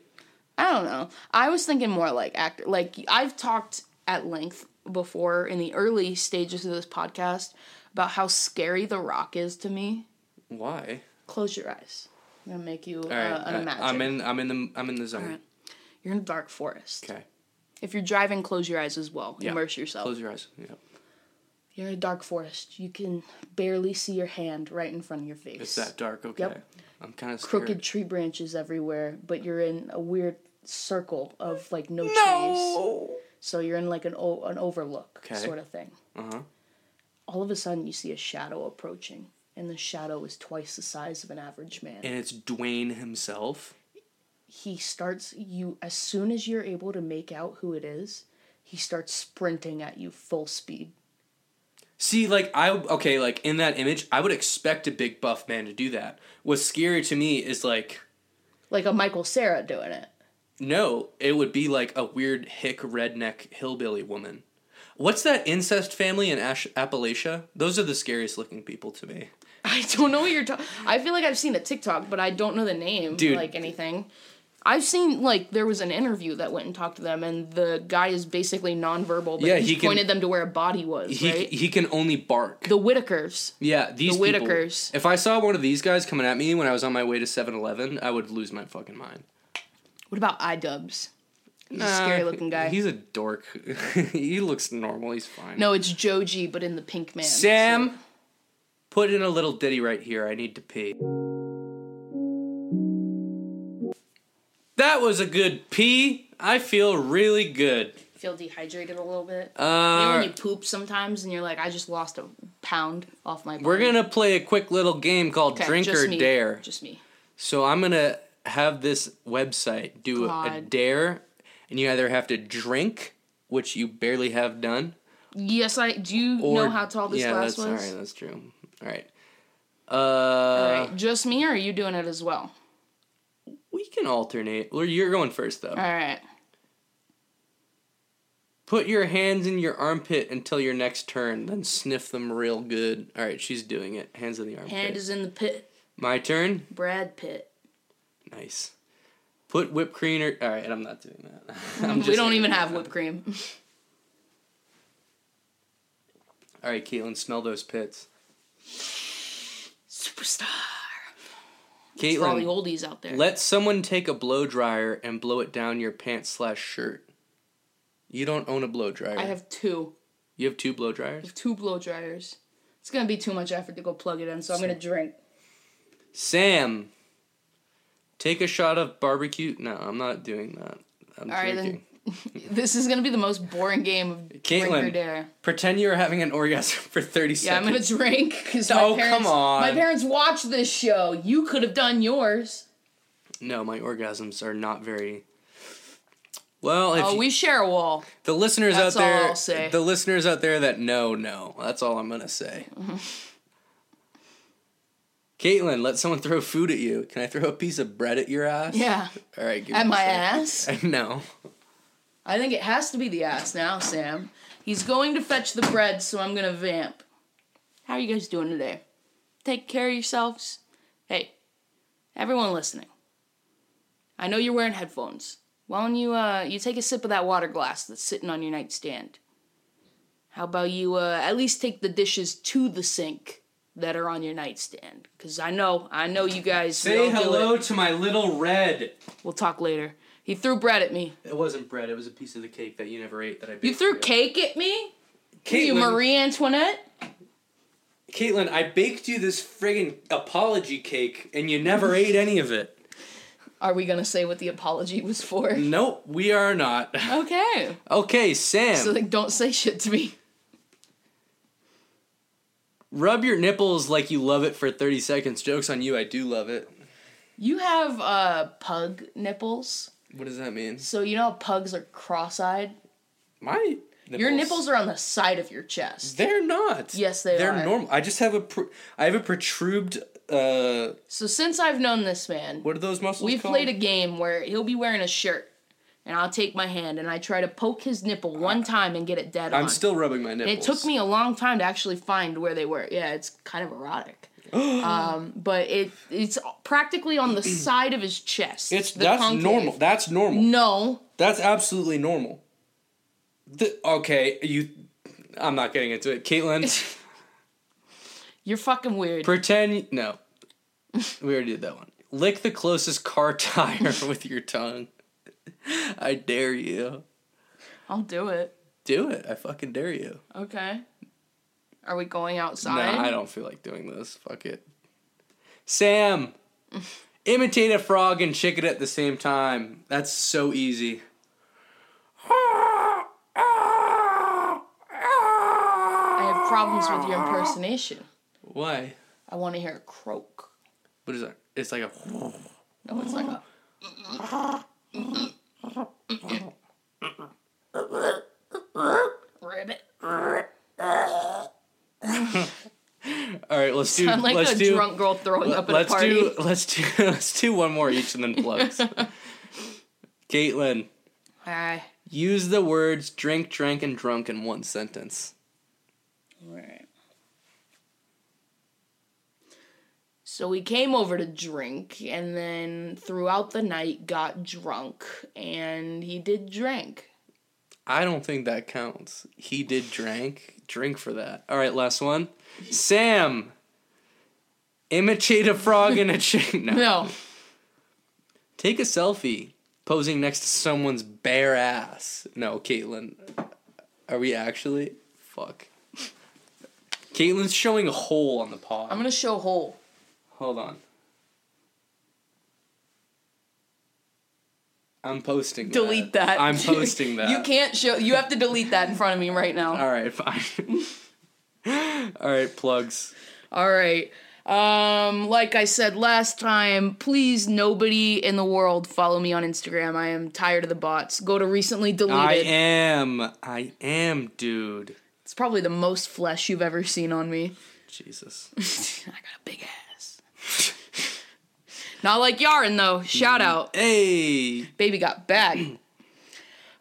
S1: I don't know. I was thinking more like actor. Like I've talked at length before in the early stages of this podcast about how scary The Rock is to me.
S2: Why?
S1: Close your eyes. I'm gonna make you
S2: All right.
S1: uh, unimagine.
S2: I, am in. I'm in the. I'm in the zone.
S1: right. You're in a dark forest.
S2: Okay.
S1: If you're driving, close your eyes as well.
S2: Yeah.
S1: Immerse yourself.
S2: Close your eyes. Yep.
S1: You're in a dark forest. You can barely see your hand right in front of your face.
S2: It's that dark. Okay.
S1: Yep.
S2: I'm kind of
S1: Crooked tree branches everywhere, but you're in a weird circle of like no, trees.
S2: No.
S1: So you're in like an o- an overlook
S2: Okay.
S1: sort of thing.
S2: Uh huh.
S1: All of a sudden, you see a shadow approaching, and the shadow is twice the size of an average man.
S2: And it's Dwayne himself.
S1: he starts you as soon as you're able to make out who it is. He starts sprinting at you full speed.
S2: See, like I okay, like in that image, I would expect a big buff man to do that. What's scary to me is like
S1: like a Michael Sarah doing it.
S2: no, it would be like a weird hick redneck hillbilly woman. What's that incest family in Ash- Appalachia? Those are the scariest looking people to me.
S1: <laughs> I don't know what you're talking. I feel like I've seen a TikTok, but I don't know the name,
S2: Dude.
S1: like anything. I've seen like there was an interview that went and talked to them, and the guy is basically nonverbal, but
S2: Yeah,
S1: he,
S2: he can-
S1: pointed them to where a body was,
S2: He
S1: right?
S2: he can only bark.
S1: the Whitakers.
S2: yeah, these
S1: the
S2: people-
S1: Whitakers.
S2: If I saw one of these guys coming at me when I was on my way to 7-Eleven, I would lose my fucking mind.
S1: What about iDubbbz? He's a
S2: Nah,
S1: scary looking guy.
S2: He's a dork. <laughs> he looks normal. He's fine.
S1: no, it's Joji, but in the Pink Man.
S2: Sam, put in a little ditty right here. I need to pee. That was a good pee. I feel really good.
S1: So, feel dehydrated a little bit. you know when
S2: Uh,
S1: you poop sometimes, and you're like, I just lost a pound off my. Body.
S2: we're gonna play a quick little game called
S1: Okay,
S2: Drink
S1: just
S2: or
S1: me,
S2: Dare.
S1: Just me.
S2: So I'm gonna have this website do a, a
S1: God.
S2: dare, and you either have to drink, which you barely have done,
S1: Yes, I do. You
S2: or
S1: know how tall this
S2: yeah,
S1: glass
S2: that's,
S1: was?
S2: All right, that's true. All right. Uh,
S1: Alright, just me, or are you doing it as well?
S2: we can alternate. Well, you're going first though.
S1: All right.
S2: Put your hands in your armpit until your next turn, then sniff them real good. All right, she's doing it. Hands in the armpit.
S1: Hand is in the pit.
S2: My turn.
S1: Brad Pitt.
S2: Nice. Put whipped cream or all right. I'm not doing that. <laughs> I'm
S1: We
S2: just-
S1: don't even have whipped cream.
S2: <laughs> All right, Caitlin, smell those pits.
S1: Superstar. For all the
S2: Caitlin,
S1: oldies out there.
S2: let someone take a blow dryer and blow it down your pants slash shirt. You don't own a blow dryer.
S1: I have two.
S2: You have two blow dryers.
S1: Two blow dryers. It's gonna be too much effort to go plug it in, so I'm gonna drink.
S2: Sam, take a shot of barbecue. No, I'm not doing that. I'm
S1: All right,
S2: drinking.
S1: then. This is gonna be the most boring game of drink or
S2: Caitlin,
S1: dare.
S2: Pretend you're having an orgasm <laughs> for 30
S1: Yeah, I'm
S2: seconds.
S1: gonna drink because my
S2: Oh, come
S1: parents.
S2: on.
S1: My parents watch this show. You could have done yours.
S2: No, my orgasms are not very. Well, if
S1: Oh,
S2: you-
S1: we share a
S2: <laughs>
S1: wall.
S2: the listeners out
S1: that's all
S2: there,
S1: I'll say.
S2: the listeners out there that know, know. That's all I'm
S1: <laughs>
S2: gonna say. Caitlin, let someone throw food at you. Can I throw a piece of bread at your ass?
S1: Yeah.
S2: All right. Give
S1: At
S2: me
S1: my
S2: a
S1: ass.
S2: sec. <laughs> No.
S1: I think it has to be the ass now, Sam. He's going to fetch the bread, so I'm gonna vamp. How are you guys doing today? Take care of yourselves. Hey, everyone listening. I know you're wearing headphones. Why don't you uh you take a sip of that water glass that's sitting on your nightstand? How about you uh, at least take the dishes to the sink that are on your nightstand? Because I know, I know you guys.
S2: Say
S1: will do
S2: hello
S1: it.
S2: to my little red.
S1: We'll talk later. He threw bread at me.
S2: It wasn't bread. It was a piece of the cake that you never ate that I baked.
S1: You
S2: for
S1: threw cake at me? you
S2: Caitlin,
S1: Marie Antoinette?
S2: Caitlin, I baked you this friggin' apology cake and you
S1: <laughs>
S2: never ate any of it.
S1: Are we gonna say what the apology was for?
S2: Nope, we are not.
S1: Okay.
S2: Okay, Sam,
S1: So like, don't say shit to me.
S2: rub your nipples like you love it for 30 seconds. Joke's on you, I do love it.
S1: You have uh pug nipples.
S2: What does that mean?
S1: So you know how pugs are cross-eyed.
S2: My nipples.
S1: Your nipples are on the side of your chest.
S2: They're not.
S1: Yes, they
S2: They're
S1: are.
S2: normal. I just have a pr- I have a protruded uh
S1: So since I've known this man,
S2: what are those muscles
S1: we've
S2: called?
S1: played a game where he'll be wearing a shirt, and I'll take my hand and I try to poke his nipple one time and get it dead on.
S2: Ah. I'm still rubbing my nipples.
S1: It took me a long time to actually find where they were. Yeah, it's kind of
S2: <gasps>
S1: erotic. um, but it it's practically on
S2: <clears throat>
S1: the side of his chest.
S2: It's
S1: the
S2: that's
S1: concave.
S2: normal. That's normal.
S1: No,
S2: That's absolutely normal. The, okay, you. I'm not getting into
S1: <laughs>
S2: it. Caitlin,
S1: you're fucking weird.
S2: pretend. No. We already did that one. Lick the closest car tire <laughs> with your tongue. I dare you.
S1: I'll do it.
S2: Do it. I fucking dare you.
S1: Okay. Are we going
S2: No,
S1: outside?
S2: I don't feel like doing this. Fuck it. Sam, imitate a frog and chicken at the same time. That's so easy.
S1: I have problems with your impersonation.
S2: Why?
S1: I want to hear a croak.
S2: What is that? It's like a.
S1: No, it's like
S2: <laughs>
S1: a. Ribbit. <laughs>
S2: All right, let's do.
S1: I'm like
S2: let's
S1: a
S2: do.
S1: drunk girl throwing up at
S2: let's
S1: a party.
S2: do. Let's do. <laughs> Let's do one more each and
S1: <laughs>
S2: then plugs. Caitlin,
S1: Hi.
S2: use the words "drink, drank, and drunk" in one sentence.
S1: Right. So we came over to drink, and then throughout the night got drunk, and he did drink.
S2: I don't think that counts. He did drank. Drink for that. All right, last one. Sam, imitate a frog in a chicken. <laughs> No.
S1: <laughs> No,
S2: Take a selfie posing next to someone's bare ass. No, Caitlin. Are we actually? Fuck. Caitlin's showing a hole on the paw.
S1: I'm gonna show hole.
S2: Hold on. I'm posting
S1: Delete that. <laughs>
S2: I'm posting that.
S1: you can't show. You have to delete that in front of me right now.
S2: All right, fine. <laughs> All right, plugs.
S1: All right. Um, like I said last time, please nobody in the world follow me on Instagram. I am tired of the bots. Go to recently
S2: I
S1: deleted.
S2: am. I am, dude.
S1: it's probably the most flesh you've ever seen on me.
S2: Jesus.
S1: I got a big ass. Not like Yaren though.
S2: Mm-hmm.
S1: Shout out.
S2: hey.
S1: Baby got
S2: <clears throat>
S1: bag.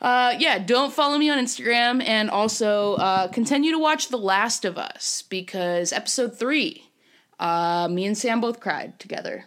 S1: Uh, yeah, don't follow me on Instagram, and also uh, continue to watch The Last of Us because episode three, uh, me and Sam both cried together.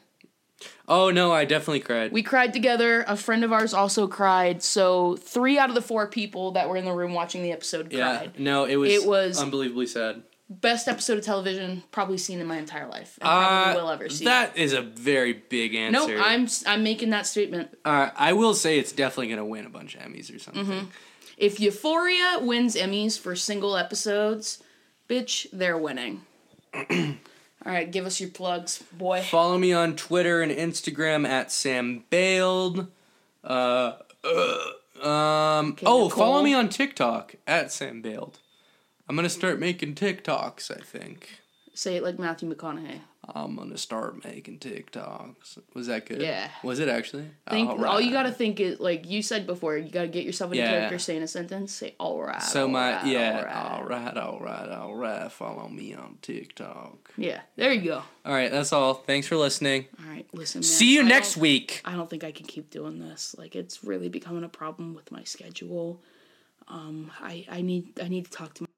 S2: Oh no, I definitely cried.
S1: We cried together. A friend of ours also cried. So three out of the four people that were in the room watching the episode
S2: yeah.
S1: cried.
S2: No, it was.
S1: It was-
S2: unbelievably sad.
S1: Best episode of television probably seen in my entire life. and
S2: Uh,
S1: probably will ever see.
S2: That is a very big answer.
S1: nope, I'm I'm making that statement.
S2: Uh, I will say it's definitely gonna win a bunch of Emmys or
S1: Mm-hmm.
S2: something.
S1: If Euphoria wins Emmys for single episodes, bitch, they're winning. <clears throat> All right, give us your plugs, boy.
S2: Follow me on Twitter and Instagram at Sam Bailed. Uh, uh, um, oh,
S1: Nicole.
S2: follow me on TikTok at Sam Bailed. I'm gonna start making TikToks. I think
S1: Say it like Matthew McConaughey.
S2: I'm gonna start making TikToks. Was that good?
S1: Yeah.
S2: Was it actually?
S1: Think,
S2: Alright.
S1: All you gotta think is like you said before. You gotta get yourself into
S2: Yeah.
S1: character, say in a sentence, say all right.
S2: So
S1: all
S2: my
S1: right,
S2: yeah.
S1: all right.
S2: All right. All right. All right. Follow me on TikTok.
S1: yeah. There you go.
S2: All right. That's all. Thanks for listening.
S1: All right, listen. Man,
S2: See you
S1: I
S2: next
S1: don't-
S2: week.
S1: I don't think I can keep doing this. Like it's really becoming a problem with my schedule. Um, I I need I need to talk to. My-